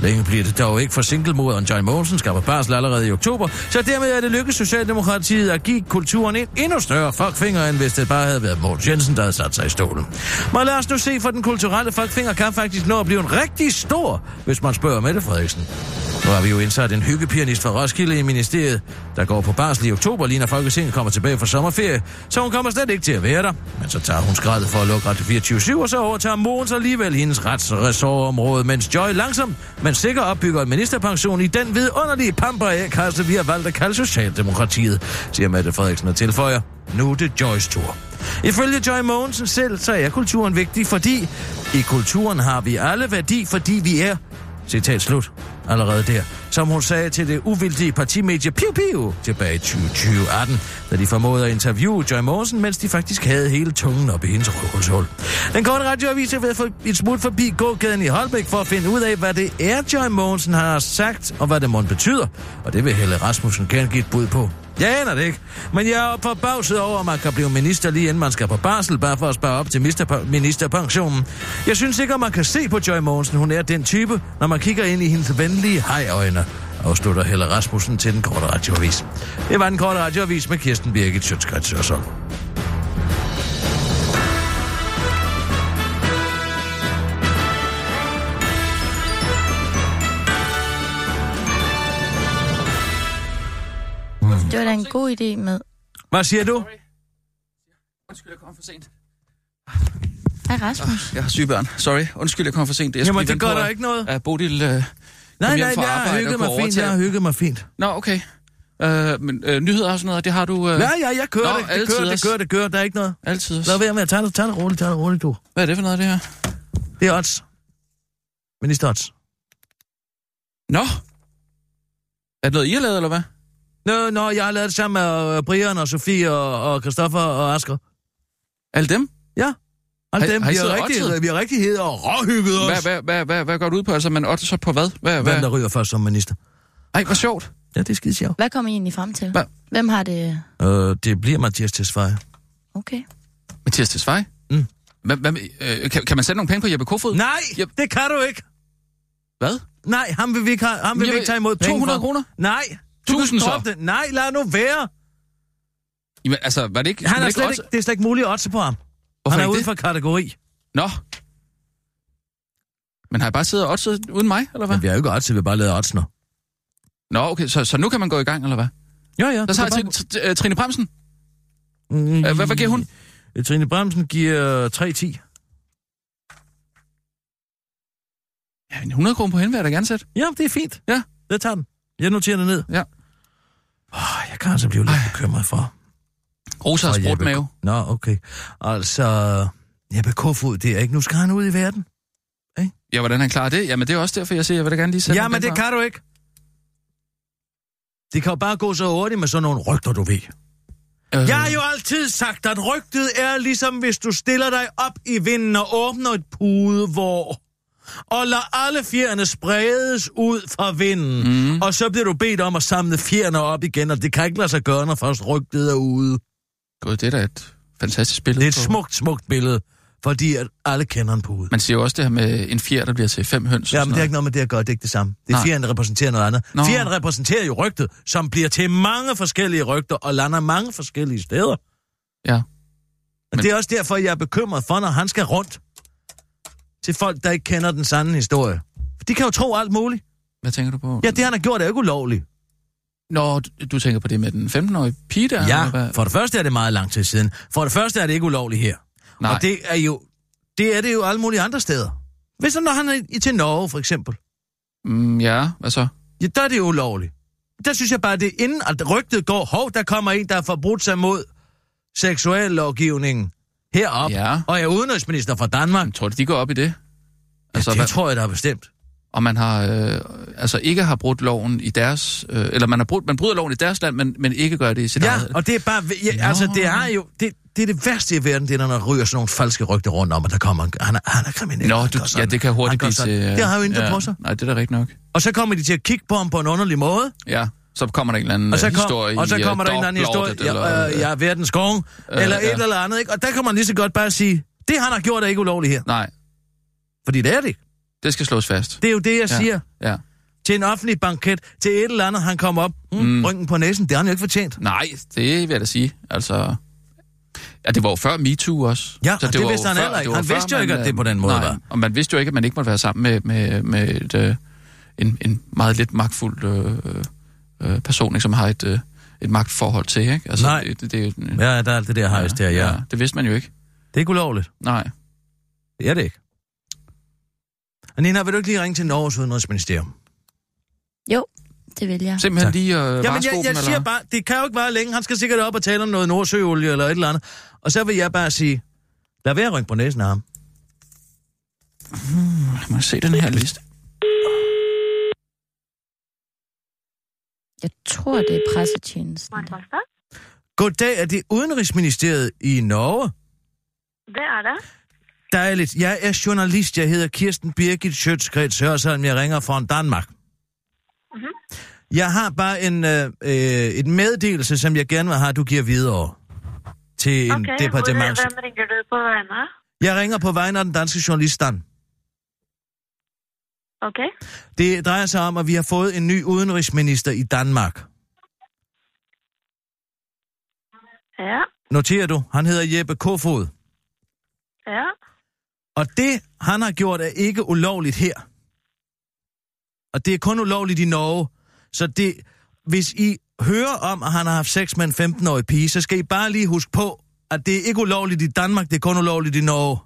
Speaker 3: Længe bliver det dog ikke for singelmoderen Joy Mogensen skaber barsel allerede i oktober, så dermed er det lykkedes Socialdemokratiet at give kulturen en endnu større fuckfinger, end hvis det bare havde været Mogens Jensen, der havde sat sig i stolen. Men lad os nu se, for den kulturelle fuckfinger kan faktisk nå at blive en rigtig stor, hvis man spørger Mette Frederiksen. Nu har vi jo indsat en hyggepianist fra Roskilde i ministeriet, der går på barsel i oktober, lige når Folketinget kommer tilbage fra sommerferie, så hun kommer slet ikke til at være der. Men så tager hun skraldet for at lukke Radio 24 og så overtager Mogens alligevel hendes retsressortområde, mens Joy langsomt, men sikkert opbygger en ministerpension i den vidunderlige pamper af kasse, vi har valgt at kalde Socialdemokratiet, siger Mette Frederiksen og tilføjer. Nu er det Joys tur. Ifølge Joy Mogensen selv, så er kulturen vigtig, fordi i kulturen har vi alle værdi, fordi vi er Citat slut. Allerede der. Som hun sagde til det uvildige partimedie Piu Piu tilbage i 2018, da de formåede at interviewe Joy Morrison, mens de faktisk havde hele tungen op i hendes røvhulshul. Den korte radioavis har været for, et smut forbi gågaden i Holbæk for at finde ud af, hvad det er, Joy Morrison har sagt, og hvad det måtte betyder. Og det vil Helle Rasmussen gerne give et bud på. Jeg aner det ikke, men jeg er forbavset over, at man kan blive minister lige inden man skal på barsel, bare for at spare op til mister- ministerpensionen. Jeg synes ikke, at man kan se på Joy Mogensen, hun er den type, når man kigger ind i hendes venlige hejøjne, afslutter Helle Rasmussen til den korte radioavis. Det var den korte radioavis med Kirsten Birgit Sjøtskrets og sådan.
Speaker 9: Det var da en god idé med.
Speaker 3: Hvad siger du?
Speaker 10: Undskyld, jeg kom for sent.
Speaker 9: Hej Rasmus.
Speaker 10: Jeg har syge børn. Sorry. Undskyld, jeg kom for sent.
Speaker 3: Jamen,
Speaker 10: Jeg skulle lige
Speaker 3: det
Speaker 10: vente
Speaker 3: gør
Speaker 10: på,
Speaker 3: der
Speaker 10: at-
Speaker 3: ikke noget.
Speaker 10: at Bodil... Øh,
Speaker 3: Nej,
Speaker 10: hjem
Speaker 3: nej,
Speaker 10: fra
Speaker 3: jeg har
Speaker 10: arbejde og
Speaker 3: hygget
Speaker 10: kunne
Speaker 3: mig fint, jeg har
Speaker 10: overtage.
Speaker 3: hygget mig fint.
Speaker 10: Nå, okay. Øh, men øh, nyheder og sådan noget, det har du øh,
Speaker 3: Ja, ja, jeg kører
Speaker 10: Nå,
Speaker 3: det. Det
Speaker 10: altid
Speaker 3: kører, det
Speaker 10: også.
Speaker 3: kører, det kører. Der er ikke noget.
Speaker 10: altid.
Speaker 3: Lad være med at tage det, tage det roligt, tage det roligt, du.
Speaker 10: Hvad er det for noget, det her?
Speaker 3: Det er odds. Minister odds.
Speaker 10: Nå! Er det noget, I har lavet, eller hvad?
Speaker 3: Nå, nå, jeg har lavet det sammen med øh, Brian og Sofie og, og Christoffer og Asger.
Speaker 10: Alle dem?
Speaker 3: Ja. Alle
Speaker 10: Har-
Speaker 3: dem.
Speaker 10: har I
Speaker 3: vi,
Speaker 10: siddet
Speaker 3: har
Speaker 10: og
Speaker 3: rigtig,
Speaker 10: oddset?
Speaker 3: vi har rigtig hed og råhygget os.
Speaker 10: Hvad, hvad, hvad, hvad, hvad går du ud på? Altså, man otter så på hvad? Hvad,
Speaker 3: Hvem der
Speaker 10: hvad?
Speaker 3: ryger først som minister?
Speaker 10: Ej, hvor sjovt.
Speaker 3: Ja, det er skide sjovt.
Speaker 9: Hvad kommer I egentlig frem til?
Speaker 10: Hvad?
Speaker 9: Hvem har det?
Speaker 3: Øh, det bliver Mathias Tesfaye.
Speaker 9: Okay.
Speaker 10: Mathias Tesfaye?
Speaker 3: Mm.
Speaker 10: Hvad, hvad, med- øh, kan, kan man sætte nogle penge på Jeppe Kofod?
Speaker 3: Nej,
Speaker 10: Jep.
Speaker 3: det kan du ikke.
Speaker 10: Hvad?
Speaker 3: Nej, ham vil vi ikke, have- ham vil vi
Speaker 10: Jamen,
Speaker 3: ikke tage imod penge
Speaker 10: 200
Speaker 3: fra.
Speaker 10: kroner?
Speaker 3: Nej. Du kan
Speaker 10: 1000 så?
Speaker 3: droppe Det. Nej, lad nu være.
Speaker 10: Jamen, altså, var det ikke...
Speaker 3: Han
Speaker 10: var
Speaker 3: er
Speaker 10: det
Speaker 3: slet
Speaker 10: også-
Speaker 3: ikke, det er slet ikke muligt at otte på ham.
Speaker 10: Hvorfor
Speaker 3: han er
Speaker 10: ikke
Speaker 3: ude
Speaker 10: det?
Speaker 3: for kategori.
Speaker 10: Nå. Men har jeg bare siddet og oddset uden mig, eller hvad?
Speaker 3: Men vi har jo ikke odds, vi har bare lavet odds nu.
Speaker 10: Nå, okay, så, så nu kan man gå i gang, eller hvad?
Speaker 3: Ja, ja.
Speaker 10: Der
Speaker 3: du
Speaker 10: tager
Speaker 3: kan
Speaker 10: jeg
Speaker 3: bare-
Speaker 10: til, til, øh, Trine Bremsen.
Speaker 3: Mm,
Speaker 10: Øh, hvad, hvad giver hun?
Speaker 3: øh, Trine Bremsen giver 3,10.
Speaker 10: Ja, en 100 kroner på hende vil jeg da gerne sætte.
Speaker 3: Ja, det er fint.
Speaker 10: Ja.
Speaker 3: Det tager den. Jeg noterer det ned.
Speaker 10: Ja.
Speaker 3: Oh, jeg kan altså blive lidt bekymret for.
Speaker 10: Rosa har
Speaker 3: for
Speaker 10: spurgt
Speaker 3: Jeppe-
Speaker 10: mave.
Speaker 3: Nå, okay. Altså, Jeppe Kofod, det er ikke. Nu skal han ud i verden.
Speaker 10: Ja, hvordan han klarer det? Jamen, det er også derfor, jeg siger, jeg vil da gerne lige sætte
Speaker 3: Ja, men det kan du ikke. Det kan jo bare gå så hurtigt med sådan nogle rygter, du ved. Jeg har jo altid sagt, at rygtet er ligesom, hvis du stiller dig op i vinden og åbner et pudevår. Og lader alle fjerne spredes ud fra vinden. Mm. Og så bliver du bedt om at samle fjerne op igen, og det kan ikke lade sig gøre, når først rygtet er ude.
Speaker 10: Gud, det er da et fantastisk billede.
Speaker 3: Det er et
Speaker 10: på-
Speaker 3: smukt, smukt billede, fordi at alle kender en pude.
Speaker 10: Man siger jo også det her med en fjer, der bliver til fem høns. og
Speaker 3: Jamen,
Speaker 10: sådan
Speaker 3: det er
Speaker 10: noget.
Speaker 3: ikke noget med det at gøre, det er ikke det samme. Det er
Speaker 10: Nej.
Speaker 3: fjeren, der repræsenterer noget andet.
Speaker 10: Nå.
Speaker 3: Fjeren repræsenterer jo rygtet, som bliver til mange forskellige rygter og lander mange forskellige steder.
Speaker 10: Ja.
Speaker 3: Men...
Speaker 10: Men-
Speaker 3: Det er også derfor, jeg er bekymret for, når han skal rundt til folk, der ikke kender den sande historie. For de kan jo tro alt muligt.
Speaker 10: Hvad tænker du på?
Speaker 3: Ja, det han har gjort er jo ikke ulovligt.
Speaker 10: Nå, du- du tænker på det med den 15-årige pige der?
Speaker 3: Ja,
Speaker 10: eller hvad?
Speaker 3: for det første er det meget lang tid siden. For det første er det ikke ulovligt her.
Speaker 10: Nej.
Speaker 3: Og det er jo det, er det jo alle mulige andre steder. Hvis han, når han er i- til Norge, for eksempel,
Speaker 10: Mm, ja, hvad så?
Speaker 3: ja, der er det jo ulovligt. Der synes jeg bare, det er inden, at rygtet går, hov, der kommer en, der har forbrudt sig mod seksuallovgivningen heroppe,
Speaker 10: Ja.
Speaker 3: og er udenrigsminister fra Danmark.
Speaker 10: Jamen, tror du, de går op i det?
Speaker 3: Altså,
Speaker 10: Altså,
Speaker 3: ja, det
Speaker 10: hvad-
Speaker 3: tror jeg, der er bestemt.
Speaker 10: Og man har øh, altså ikke har brudt loven i deres... Øh, eller man, har brudt, man bryder loven i deres land, men, men ikke gør det i sit
Speaker 3: Ja,
Speaker 10: eget.
Speaker 3: og det er bare... Ja, altså,
Speaker 10: Nå.
Speaker 3: det er jo... Det, det er det værste i verden, det er, når der ryger sådan nogle falske rygter rundt om, at der kommer en... Han er, han er kriminel.
Speaker 10: Nå,
Speaker 3: han
Speaker 10: du,
Speaker 3: gør sådan,
Speaker 10: ja, det kan
Speaker 3: han
Speaker 10: hurtigt
Speaker 3: gør
Speaker 10: blive til...
Speaker 3: sådan.
Speaker 10: øh,
Speaker 3: Det har jo intet
Speaker 10: ja,
Speaker 3: på sig.
Speaker 10: Nej, det er da rigtigt nok.
Speaker 3: Og så kommer de til at kigge på ham på en underlig måde.
Speaker 10: Ja, så kommer der en eller anden
Speaker 3: Og så,
Speaker 10: øh, historie
Speaker 3: kom, og så
Speaker 10: i, øh,
Speaker 3: kommer der en eller anden
Speaker 10: Dagbladet
Speaker 3: historie. Eller,
Speaker 10: Eller,
Speaker 3: øh, jeg er verdens konge.
Speaker 10: øh,
Speaker 3: eller et
Speaker 10: ja.
Speaker 3: eller andet, ikke? Og der kan man lige så godt bare sige, det han har gjort er ikke ulovligt her.
Speaker 10: Nej,
Speaker 3: Fordi det er det. ikke.
Speaker 10: det skal slås fast.
Speaker 3: Det er jo det, jeg
Speaker 10: Ja.
Speaker 3: siger.
Speaker 10: Ja.
Speaker 3: Til en offentlig banket, til et eller andet, han kommer op, hmm, mm. rynken på næsen, det har han jo ikke fortjent.
Speaker 10: Nej, det vil jeg da sige. Altså, ja, det var jo før MeToo også.
Speaker 3: Ja, og det
Speaker 10: var jo
Speaker 3: vidste han heller ikke.
Speaker 10: det var
Speaker 3: Han
Speaker 10: før,
Speaker 3: vidste jo ikke, at
Speaker 10: øh,
Speaker 3: det på den måde
Speaker 10: nej,
Speaker 3: var.
Speaker 10: og man vidste jo ikke, at man ikke måtte være sammen med, med, med et, øh, en, en meget lidt magtfuld øh, øh, person, ikke, som har et, øh, et magtforhold til. Ikke? Altså,
Speaker 3: Nej.
Speaker 10: Det, det, det er jo den-
Speaker 3: Ja, der er alt det der hejs der, ja. ja.
Speaker 10: Det vidste man jo ikke.
Speaker 3: Det er ikke ulovligt.
Speaker 10: Nej.
Speaker 3: Det er det ikke. Og Nina, vil du ikke lige ringe til Norges Udenrigsministerium?
Speaker 9: Jo, det vil jeg.
Speaker 10: Simpelthen
Speaker 3: Tak.
Speaker 10: lige øh, Jamen,
Speaker 3: Jamen, jeg, jeg siger bare, det kan jo ikke være længe. Han skal sikkert op og tale om noget nordsøolie eller et eller andet. Og så vil jeg bare sige, lad være at rynke på næsen af ham.
Speaker 10: Lad mig se den her liste.
Speaker 9: Jeg tror, det er pressetjenesten.
Speaker 3: Goddag, er det Udenrigsministeriet i Norge?
Speaker 11: Det er det.
Speaker 3: Dejligt. Jeg er journalist. Jeg hedder Kirsten Birgit Sjøtskrets Sørsholm. Jeg ringer fra Danmark. Jeg har bare en, øh, øh, et meddelelse, som jeg gerne vil have, at du giver videre til en
Speaker 11: Okay, hvor,
Speaker 3: departement.
Speaker 11: hvem ringer du på vegne av?
Speaker 3: Jeg ringer på vegne af den danske journaliststand.
Speaker 11: Ok.
Speaker 3: Det drejer sig om, at vi har fået en ny udenrigsminister i Danmark.
Speaker 11: Ja,
Speaker 3: Noterer du? Han hedder Jeppe Kofod.
Speaker 11: ja.
Speaker 3: Og det, han har gjort, er ikke ulovligt her. Og det er kun ulovligt i Norge. Så det, hvis I hører om, at han har haft sex med en 15-årig pige, så skal I bare lige huske på, at det er ikke ulovligt i Danmark, det er kun ulovligt i Norge.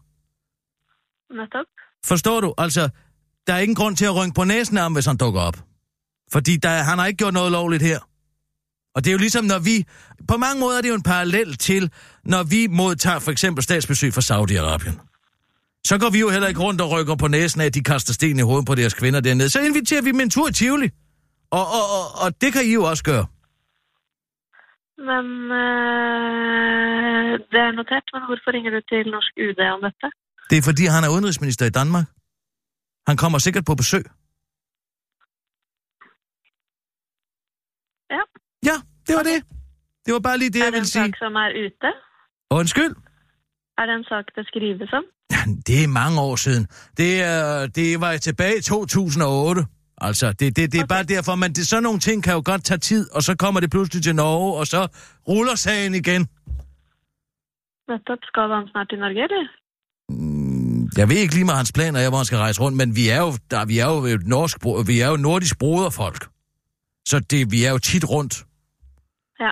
Speaker 11: Nettopp.
Speaker 3: Forstår du? Altså, der er ingen grund til at rynke på næsen af ham, hvis han dukker op. Fordi der, han har ikke gjort noget lovligt her. Og det er jo ligesom, når vi... På mange måder er det jo en parallel til, når vi modtager for eksempel statsbesøg fra Saudi-Arabien. Så går vi jo heller ikke rundt og rykker på næsen af, at de kaster sten i hovedet på deres kvinder dernede. Så inviterer vi dem en tur i Tivoli. Og, og, og, og det kan I jo også gøre.
Speaker 11: Men eh, det er notert. Men hvorfor ringer du til norsk UD om dette?
Speaker 3: Det er fordi, han er udenrigsminister i Danmark. Han kommer sikkert på besøg.
Speaker 11: Ja.
Speaker 3: Ja, det var det. Det var bare lige det,
Speaker 11: Er
Speaker 3: jeg
Speaker 11: det
Speaker 3: ville
Speaker 11: en
Speaker 3: sige.
Speaker 11: sak som er ute?
Speaker 3: Undskyld.
Speaker 11: Er det en sak det skrives om?
Speaker 3: Det er mange år siden. Det, er, det var tilbage i 2008. Altså, det, det, det er okay. bare derfor, men det, sådan nogle ting kan jo godt tage tid, og så kommer det pludselig til Norge, og så ruller sagen igen.
Speaker 11: Nettopp. Skal han snart til Norge, eller?
Speaker 3: Jeg ved ikke lige med hans planer, er, hvor han skal rejse rundt, men vi er jo, der, vi er jo, et norsk, bro- vi er jo nordisk broderfolk. Så det, vi er jo tit rundt.
Speaker 11: Ja.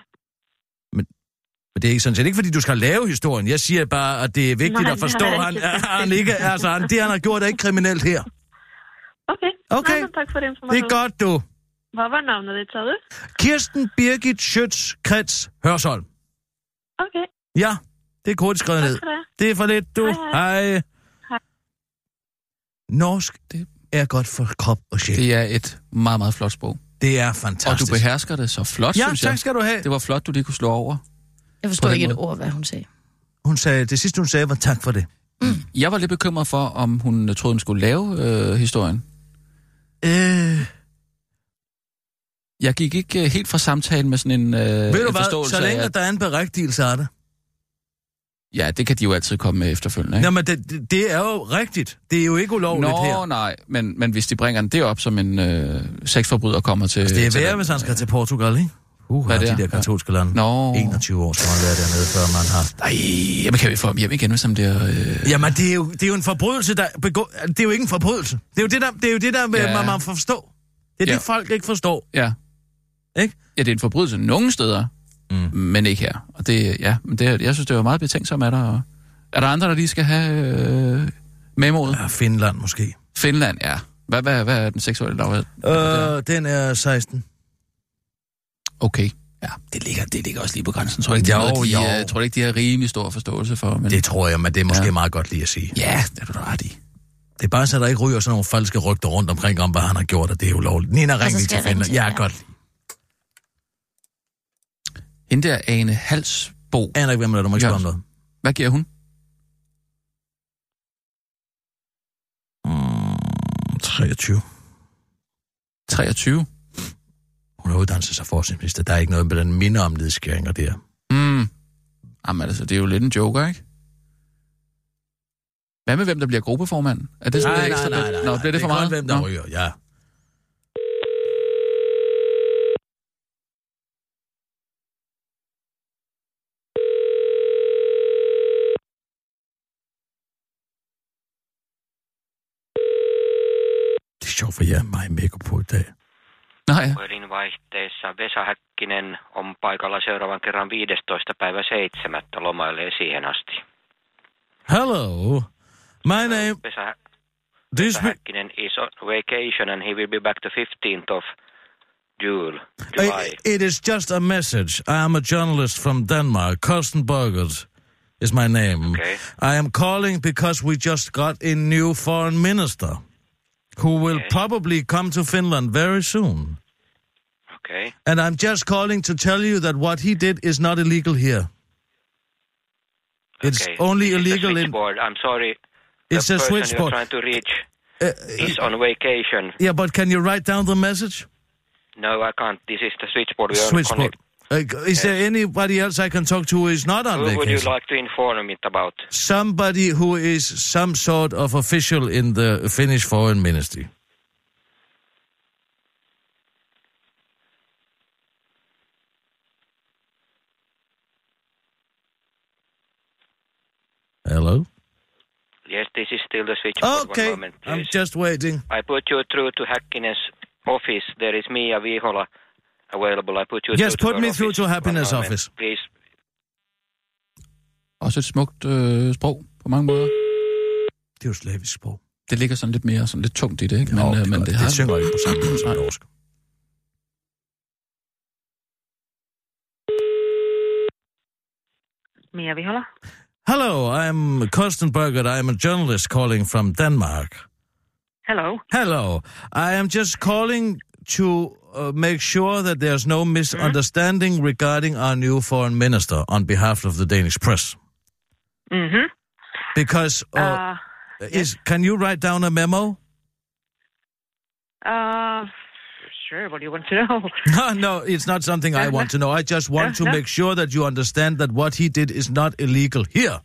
Speaker 3: Men det er ikke sådan set ikke, fordi du skal lave historien. Jeg siger bare, at det er vigtigt
Speaker 11: Nej,
Speaker 3: at forstå,
Speaker 11: nej,
Speaker 3: at han,
Speaker 11: ikke
Speaker 3: at han ikke, altså, han, det, han har gjort, er ikke kriminelt her.
Speaker 11: Ok.
Speaker 3: Ok.
Speaker 11: Nei, men takk for
Speaker 3: Det
Speaker 11: informasjonen.
Speaker 3: er godt, du.
Speaker 11: Hva var navnet ditt, sa du?
Speaker 3: Kirsten Birgit Schøtz Krets Hørsholm.
Speaker 11: Ok.
Speaker 3: Ja, det er hurtigt skrevet
Speaker 11: Takk
Speaker 3: ned.
Speaker 11: for det.
Speaker 3: Det er for lidt, du.
Speaker 11: Hej,
Speaker 3: Hej.
Speaker 11: Hej.
Speaker 3: Norsk det er godt for krop og sjæl. Det,
Speaker 10: Det er et meget, meget flot sprog.
Speaker 3: det er
Speaker 10: Og du
Speaker 3: fantastisk.
Speaker 10: behersker det så flot,
Speaker 3: ja,
Speaker 10: synes jeg.
Speaker 3: tak skal du have.
Speaker 10: Det var flot, du lige kunne slå over.
Speaker 9: Jeg
Speaker 3: på
Speaker 9: forstod
Speaker 3: den
Speaker 9: ikke et
Speaker 3: måde.
Speaker 9: ord, hvad hun sagde.
Speaker 3: Hun sagde, det sidste hun sagde var tak for det.
Speaker 10: Jeg var lidt bekymret for, om hun øh, troede, hun skulle lave øh, historien.
Speaker 3: Øh,
Speaker 10: Jeg gik ikke øh, helt fra samtalen med sådan en, øh,
Speaker 3: ved du
Speaker 10: en
Speaker 3: hvad,
Speaker 10: forståelse
Speaker 3: så længe
Speaker 10: af,
Speaker 3: at... der er en berigtigelse af det.
Speaker 10: Ja, det kan de jo altid komme med efterfølgende, ikke?
Speaker 3: Nå, men det, det- det er jo rigtigt. Det er jo ikke ulovligt
Speaker 10: Nå,
Speaker 3: her.
Speaker 10: nej, men, men hvis de bringer det op, som en øh, sexforbryder kommer til...
Speaker 3: Altså, det er
Speaker 10: til
Speaker 3: værre, hvis han skal til Portugal, ikke? Uh,
Speaker 10: Hvad
Speaker 3: hvad
Speaker 10: er
Speaker 3: er
Speaker 10: det
Speaker 3: de
Speaker 10: her?
Speaker 3: der katolske lande.
Speaker 10: Nå.
Speaker 3: 21 år skal man være dernede, før man har...
Speaker 10: Nej, jamen kan vi få ham hjem igen, hvis han bliver... Øh...
Speaker 3: Jamen, det er, jo, det er jo en forbrydelse, der begå... Det er jo ikke en forbrydelse. Det er jo det, der, det er jo det, der
Speaker 10: Ja.
Speaker 3: ja. man, man forstår. Det er
Speaker 10: Ja.
Speaker 3: ja. det, folk ikke forstår.
Speaker 10: Ja.
Speaker 3: Ikke?
Speaker 10: Ja, det er en forbrydelse nogle steder, mm. men ikke her. Og det, ja, men det, jeg synes, det var meget betænksomt af dig. og- Er der andre, der lige skal have øh, memoet?
Speaker 3: Ja, Finland måske.
Speaker 10: Finland, ja. Hvad, hvad, hvad er den seksuelle lavhed?
Speaker 3: Øh, den er 16.
Speaker 10: Okay. Ja, det ligger, det ligger også lige på grænsen. Tror jeg ikke, det er
Speaker 3: Jo,
Speaker 10: noget, de,
Speaker 3: jo.
Speaker 10: øh, tror jeg ikke, de har rimelig stor forståelse for. Men...
Speaker 3: Det tror jeg, men det er måske
Speaker 10: Ja.
Speaker 3: ja. meget godt lige at sige.
Speaker 10: Ja, det er du da ret i.
Speaker 3: Det er bare så, der ikke ryger sådan nogle falske rygter rundt omkring, om hvad han har gjort, og det er ulovligt. Nina,
Speaker 9: så
Speaker 3: ring lige
Speaker 9: skal
Speaker 3: til
Speaker 9: jeg ringe
Speaker 3: Finland.
Speaker 9: til
Speaker 3: Ja,
Speaker 9: jer.
Speaker 3: godt.
Speaker 10: Hende der Ane Halsbo.
Speaker 3: Aner ikke, hvem det er, du må ikke spørge om
Speaker 10: Jørgensen.
Speaker 3: noget.
Speaker 10: Hvad giver hun?
Speaker 3: Mm, 23.
Speaker 10: 23.
Speaker 3: Hun har uddannet sig som forskningsminister. Der er ikke noget med den minder om nedskæringer der.
Speaker 10: Mm. Jamen altså, det er jo lidt en joker, ikke? Hvad med, hvem der bliver gruppeformand? Er det sådan lidt ekstra lidt? Nå, bliver det for
Speaker 3: er
Speaker 10: meget?
Speaker 3: Kun, hvem der
Speaker 10: Nå.
Speaker 3: ryger, ja. Det er sjovt, for jeg er meget makeup på i dag.
Speaker 10: Nå ja.
Speaker 12: Puhelinvaihteessa Vesa Häkkinen on paikalla seuraavan kerran 15. päivä 7. lomailee siihen asti.
Speaker 3: Hello. My
Speaker 13: øh,
Speaker 3: name...
Speaker 12: Vesa, Hä-
Speaker 3: This...
Speaker 12: Vesa Häkkinen is on vacation and he will be back to 15th of June. July.
Speaker 3: I- It is just a message. I am a journalist from Denmark. Carsten Bergert is my name.
Speaker 12: Okay.
Speaker 3: I am calling because we just got a new foreign minister who will probably come to Finland very soon.
Speaker 12: Okay.
Speaker 3: And I'm just calling to tell you that what he did is not illegal here. It's
Speaker 12: okay.
Speaker 3: only
Speaker 12: This is the
Speaker 3: illegal in.
Speaker 12: switchboard. I'm sorry.
Speaker 3: It's
Speaker 12: the person
Speaker 3: a switchboard.
Speaker 12: you're trying to reach
Speaker 3: Uh,
Speaker 13: øh,
Speaker 12: is on vacation.
Speaker 3: yeah, but can you write down the message?
Speaker 12: No, I can't. This is the switchboard. We are
Speaker 3: Switchboard.
Speaker 12: connect-
Speaker 3: Uh, is there anybody else I can talk to who is not on
Speaker 12: Who
Speaker 3: vacation?
Speaker 12: would you like to inform it about?
Speaker 3: somebody who is some sort of official in the Finnish foreign ministry. Hello?
Speaker 12: Yes, this is still the switchboard.
Speaker 3: Okay,
Speaker 12: One moment,
Speaker 3: I'm
Speaker 12: please.
Speaker 3: just waiting.
Speaker 12: I put you through to Häkkinen's office. There is Mia Vihola available. I put you
Speaker 3: Yes,
Speaker 12: through
Speaker 3: put
Speaker 12: to her
Speaker 3: me
Speaker 12: office.
Speaker 3: through to Happiness
Speaker 12: One moment,
Speaker 3: office.
Speaker 12: Please.
Speaker 10: Også et smukt øh, sprog på mange måder.
Speaker 3: Det er jo slavisk sprog.
Speaker 10: Det ligger sådan lidt mere sådan lidt tungt i det, ikke?
Speaker 3: Jo,
Speaker 10: men,
Speaker 3: det
Speaker 10: øh,
Speaker 3: er
Speaker 10: men
Speaker 3: godt. Det synger ikke på samme måde som
Speaker 10: Nej.
Speaker 3: norsk.
Speaker 11: Mia Vihola.
Speaker 3: Hello, I'm Carsten Berger. I'm a journalist calling from Denmark.
Speaker 11: Hello.
Speaker 3: Hello. I am just calling to uh, make sure that there's no
Speaker 11: Mm-hmm.
Speaker 3: misunderstanding regarding our new foreign minister on behalf of the Danish press.
Speaker 11: Mm-hmm.
Speaker 3: Because uh,
Speaker 11: Uh,
Speaker 3: is can you write down a memo?
Speaker 11: uh, sure, what do you want to know?
Speaker 3: No, no, it's not something I want to know. I just want to
Speaker 11: Uh-huh.
Speaker 3: make sure that you understand that what he did is not illegal here.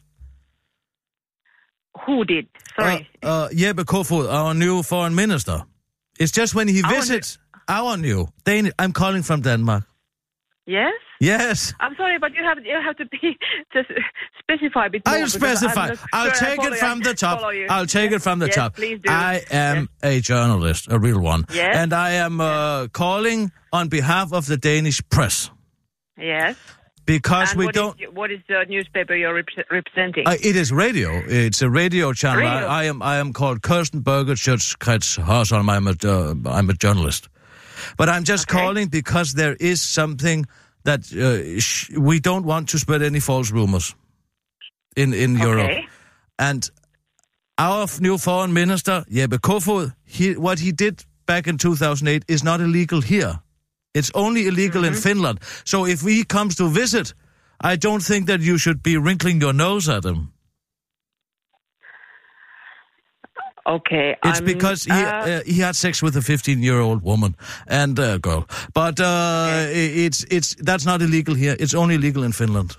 Speaker 11: Who did? Sorry.
Speaker 3: Uh, uh, Jeppe Kofod, our new foreign minister. It's just when he
Speaker 11: Our new-
Speaker 3: visits our new Danish. I'm calling from Denmark.
Speaker 11: yes?
Speaker 3: Yes.
Speaker 11: I'm sorry, but you have you have to be just specify a bit more
Speaker 3: I'll
Speaker 11: Oh, because
Speaker 3: specify.
Speaker 11: I'm not
Speaker 3: I'll
Speaker 11: sure I
Speaker 3: take it
Speaker 11: follow-
Speaker 3: from
Speaker 11: I
Speaker 3: the top.
Speaker 11: follow you.
Speaker 3: I'll take it from the
Speaker 11: Yes,
Speaker 3: top.
Speaker 11: please do.
Speaker 3: I uh, am a journalist, a real one.
Speaker 11: Yes.
Speaker 3: And I am uh, calling on behalf of the Danish press
Speaker 11: Yes.
Speaker 3: because
Speaker 11: And
Speaker 3: we
Speaker 11: what is
Speaker 3: don't.
Speaker 11: your- what is the newspaper you're repre- representing?
Speaker 3: Uh, it is radio. It's a radio channel.
Speaker 11: Radio.
Speaker 3: I, I am. I am called Kirsten Berger Schutzkretz Hasholm. I'm a. Uh, I'm a journalist, but I'm just calling because there is something that uh, sh- we don't want to spread any false rumors in in Europe.
Speaker 11: Okay.
Speaker 3: And our f- new foreign minister, Jeppe Kofod, he, what he did back in 2008 is not illegal here. It's only illegal in Finland. So if he comes to visit I don't think that you should be wrinkling your nose at him.
Speaker 14: Okay.
Speaker 3: It's
Speaker 14: I'm,
Speaker 3: because he
Speaker 14: uh,
Speaker 3: uh, he had sex with a 15 year old woman and uh, girl, but uh, i- it's it's that's not illegal here. It's only illegal in Finland.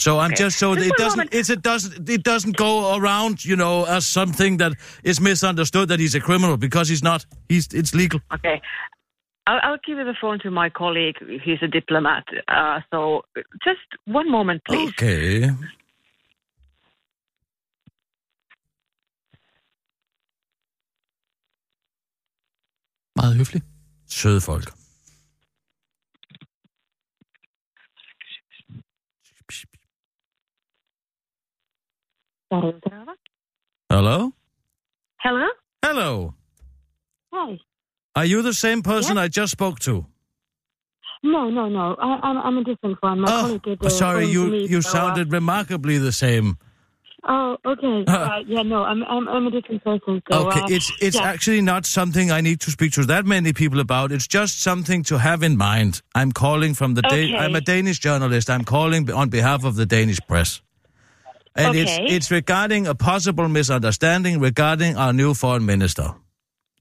Speaker 3: So I'm
Speaker 14: Okay.
Speaker 3: just so
Speaker 14: Just
Speaker 3: it
Speaker 14: one
Speaker 3: doesn't
Speaker 14: moment.
Speaker 3: it's, it doesn't it doesn't go around you know as something that is misunderstood that he's a criminal because he's not. He's it's legal.
Speaker 14: Okay. I'll, I'll give the phone to my colleague. He's a diplomat. Uh, so just one moment, please.
Speaker 3: Okay.
Speaker 10: Meget høflig.
Speaker 3: Søde folk. Hello.
Speaker 14: Hello?
Speaker 3: Hello.
Speaker 15: Hi.
Speaker 3: Are you the same person I just spoke to?
Speaker 15: No, no, no. I, I'm, I'm a different one.
Speaker 14: Oh,
Speaker 15: My colleague did, uh,
Speaker 3: Oh, Sorry,
Speaker 15: phone
Speaker 3: you
Speaker 15: to me,
Speaker 3: you
Speaker 15: so, uh,
Speaker 3: sounded remarkably the same.
Speaker 15: oh, okay. right. Yeah, no, I'm, I'm, I'm a different person. So,
Speaker 3: okay,
Speaker 15: uh,
Speaker 3: it's it's
Speaker 15: yeah.
Speaker 3: actually not something I need to speak to that many people about. It's just something to have in mind. I'm calling from the Dan-
Speaker 15: Okay.
Speaker 3: I'm a Danish journalist. I'm calling on behalf of the Danish press. And it's
Speaker 16: Okay.
Speaker 3: it's regarding a possible misunderstanding regarding our new foreign minister.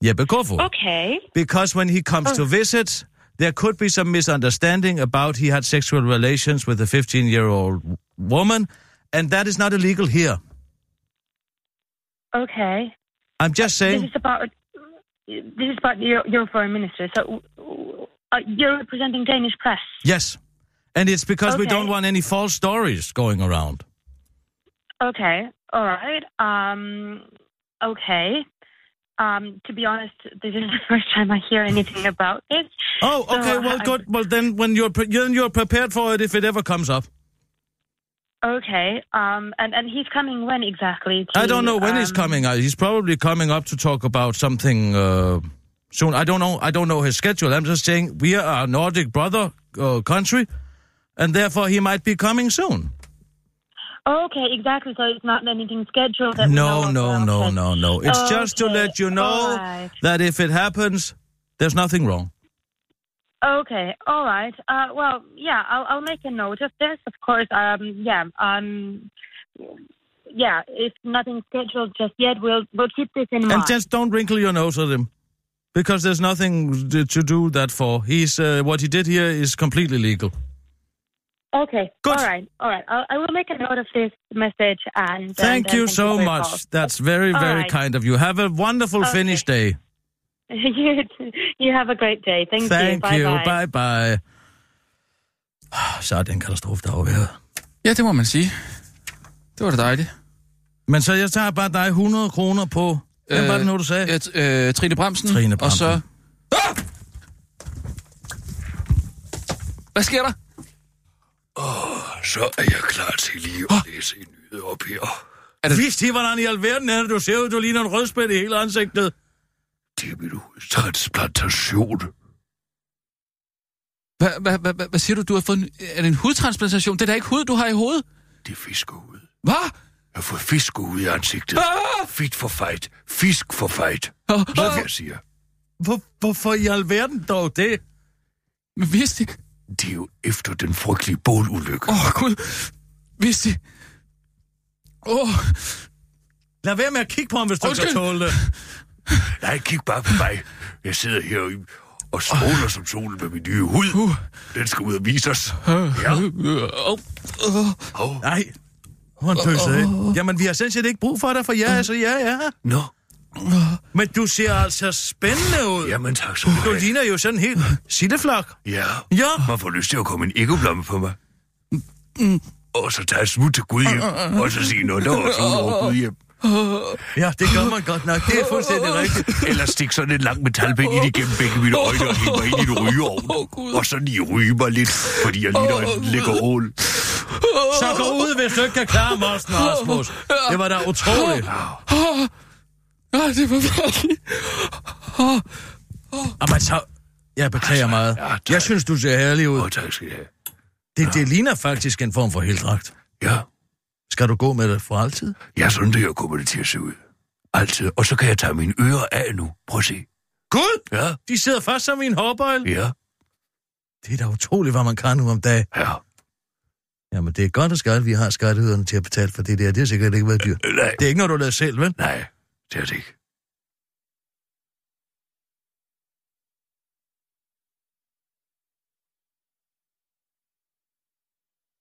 Speaker 3: Jeppe Kofod.
Speaker 15: Okay.
Speaker 3: Because when he comes
Speaker 15: Oh.
Speaker 3: to visit, there could be some misunderstanding about he had sexual relations with a 15-year-old woman, and that is not illegal here.
Speaker 15: Okay.
Speaker 3: I'm just saying
Speaker 15: This is about this is about your, your foreign minister. So uh, you're representing Danish press.
Speaker 3: Yes. And it's because we
Speaker 15: Okay.
Speaker 3: don't want any false stories going around.
Speaker 15: Okay. All right. Um. Okay. Um. To be honest, this is the first time I hear anything about this.
Speaker 3: Oh,
Speaker 15: So
Speaker 3: okay. well,
Speaker 15: I-
Speaker 3: good. Well, then when you're pre- then you're prepared for it if it ever comes up.
Speaker 15: Okay. Um. And and he's coming when exactly?
Speaker 3: I don't know when he's
Speaker 15: um,
Speaker 3: coming. Uh, He's probably coming up to talk about something uh, soon. I don't know. I don't know his schedule. I'm just saying we are a Nordic brother uh, country, and therefore he might be coming soon.
Speaker 15: Okay, exactly. So it's not anything scheduled. That we know
Speaker 3: No,
Speaker 15: of. um,
Speaker 3: no, no, no, no. It's just to
Speaker 15: Okay,
Speaker 3: let you know
Speaker 15: alright.
Speaker 3: that if it happens, there's nothing wrong.
Speaker 15: Okay, all right. Uh, well, yeah, I'll, I'll make a note of this. Of course, um, yeah, um, yeah. If nothing scheduled just yet, we'll we'll keep this in mind.
Speaker 3: And just don't wrinkle your nose at him. Because there's nothing d- to do that for. He's uh, what he did here is completely legal.
Speaker 15: okay, all right, all right. I'll, I will make a note of this message and.
Speaker 3: Thank
Speaker 15: and,
Speaker 3: you
Speaker 15: and
Speaker 3: so
Speaker 15: for your
Speaker 3: much.
Speaker 15: call.
Speaker 3: That's very,
Speaker 15: All
Speaker 3: very
Speaker 15: right.
Speaker 3: kind of you. Have a wonderful
Speaker 15: Okay.
Speaker 3: Finnish day.
Speaker 15: you too. you have a great day. Thank,
Speaker 3: Thank
Speaker 15: you.
Speaker 3: you.
Speaker 15: Bye-bye.
Speaker 3: Bye bye. Så er det en katastrofe, der har været.
Speaker 10: Ja, det må man sige. Det var da dejligt.
Speaker 3: Men så jeg tager bare dig 100 kroner på... Hvem var det nu, du sagde?
Speaker 10: Et, øh, Trine Bremsen.
Speaker 3: Trine
Speaker 10: Og så... Ah! Hvad sker der?
Speaker 13: Så er jeg klar til lige
Speaker 10: Ah!
Speaker 13: at læse en nyhed op her.
Speaker 3: Er det... Vidste I, hvordan i alverden er det? Du ser ud, du ligner en rødspæt i hele ansigtet.
Speaker 13: Det er min hudtransplantation.
Speaker 10: Hvad, hvad, hvad, hvad, hvad siger du? Du har fået en, er det en hudtransplantation? Det er da ikke hud, du har i hovedet.
Speaker 13: Det er fiskehud.
Speaker 10: Hvad?
Speaker 13: Jeg har fået fisk ud i ansigtet. Fit for fight. Fisk for fight.
Speaker 10: Ah!
Speaker 13: Det er, hvad jeg siger.
Speaker 3: Hvor, hvorfor i alverden dog det?
Speaker 10: Men vidste ikke.
Speaker 13: Det er jo efter den frygtelige bålulykke.
Speaker 10: Åh, oh, Gud. Vidste I? Åh. Oh.
Speaker 3: Lad være med at kigge på ham, hvis du ikke kan tåle det.
Speaker 13: Nej, kig bare på mig. Jeg sidder her og- og stråler som solen med min nye
Speaker 10: Uh.
Speaker 13: hud. Den skal ud og vise os. Ja.
Speaker 3: Oh. Nej. Hvor en tøs, ikke? Jamen, vi har sådan set ikke brug for dig, for jeg er så ja, ja.
Speaker 13: Nå.
Speaker 3: Men du ser altså spændende ud.
Speaker 13: Jamen, tak
Speaker 10: Uh.
Speaker 13: skal du
Speaker 3: Du
Speaker 13: have.
Speaker 3: ligner jo sådan helt silleflok.
Speaker 13: Ja.
Speaker 3: Ja.
Speaker 13: Man får lyst til at komme en æggeblomme på mig. Og så tage et smut til Gudhjem. Og så sige noget, der var også ud over Gudhjem.
Speaker 3: Ja, det gør man godt nok. Det er fuldstændig rigtigt.
Speaker 13: Eller stik sådan en lang metalpind ind igennem begge mine øjne og hælde mig ind i en rygeovn. Og så lige ryge mig lidt, fordi jeg ligner en lækker ål.
Speaker 3: Så gå ud, hvis du ikke kan klare Morsen og Rasmus. Det var da utroligt.
Speaker 10: Åh, oh, det var forfærdeligt. Åh,
Speaker 3: Jamen, så... Jeg
Speaker 13: Altså,
Speaker 3: beklager meget. Jeg synes, du ser herlig ud.
Speaker 13: tak skal jeg
Speaker 3: Det, det ligner faktisk en form for heldragt.
Speaker 13: Ja.
Speaker 3: Skal du gå med det for altid?
Speaker 13: Ja, sådan det her kommer det til at se ud. Altid. Og så kan jeg tage mine ører af nu. Prøv at se.
Speaker 3: Gud!
Speaker 13: Ja.
Speaker 3: De sidder fast som i en hårbøjle.
Speaker 13: Ja.
Speaker 3: Det er da utroligt, hvad man kan nu om dagen.
Speaker 13: Ja.
Speaker 3: Jamen, det er godt og skat, vi har skatteyderne til at betale for det der. Det har sikkert ikke været dyrt.
Speaker 13: Øh, Nej.
Speaker 3: Det er ikke noget, du lavede selv, vel?
Speaker 13: Nej, det er det ikke.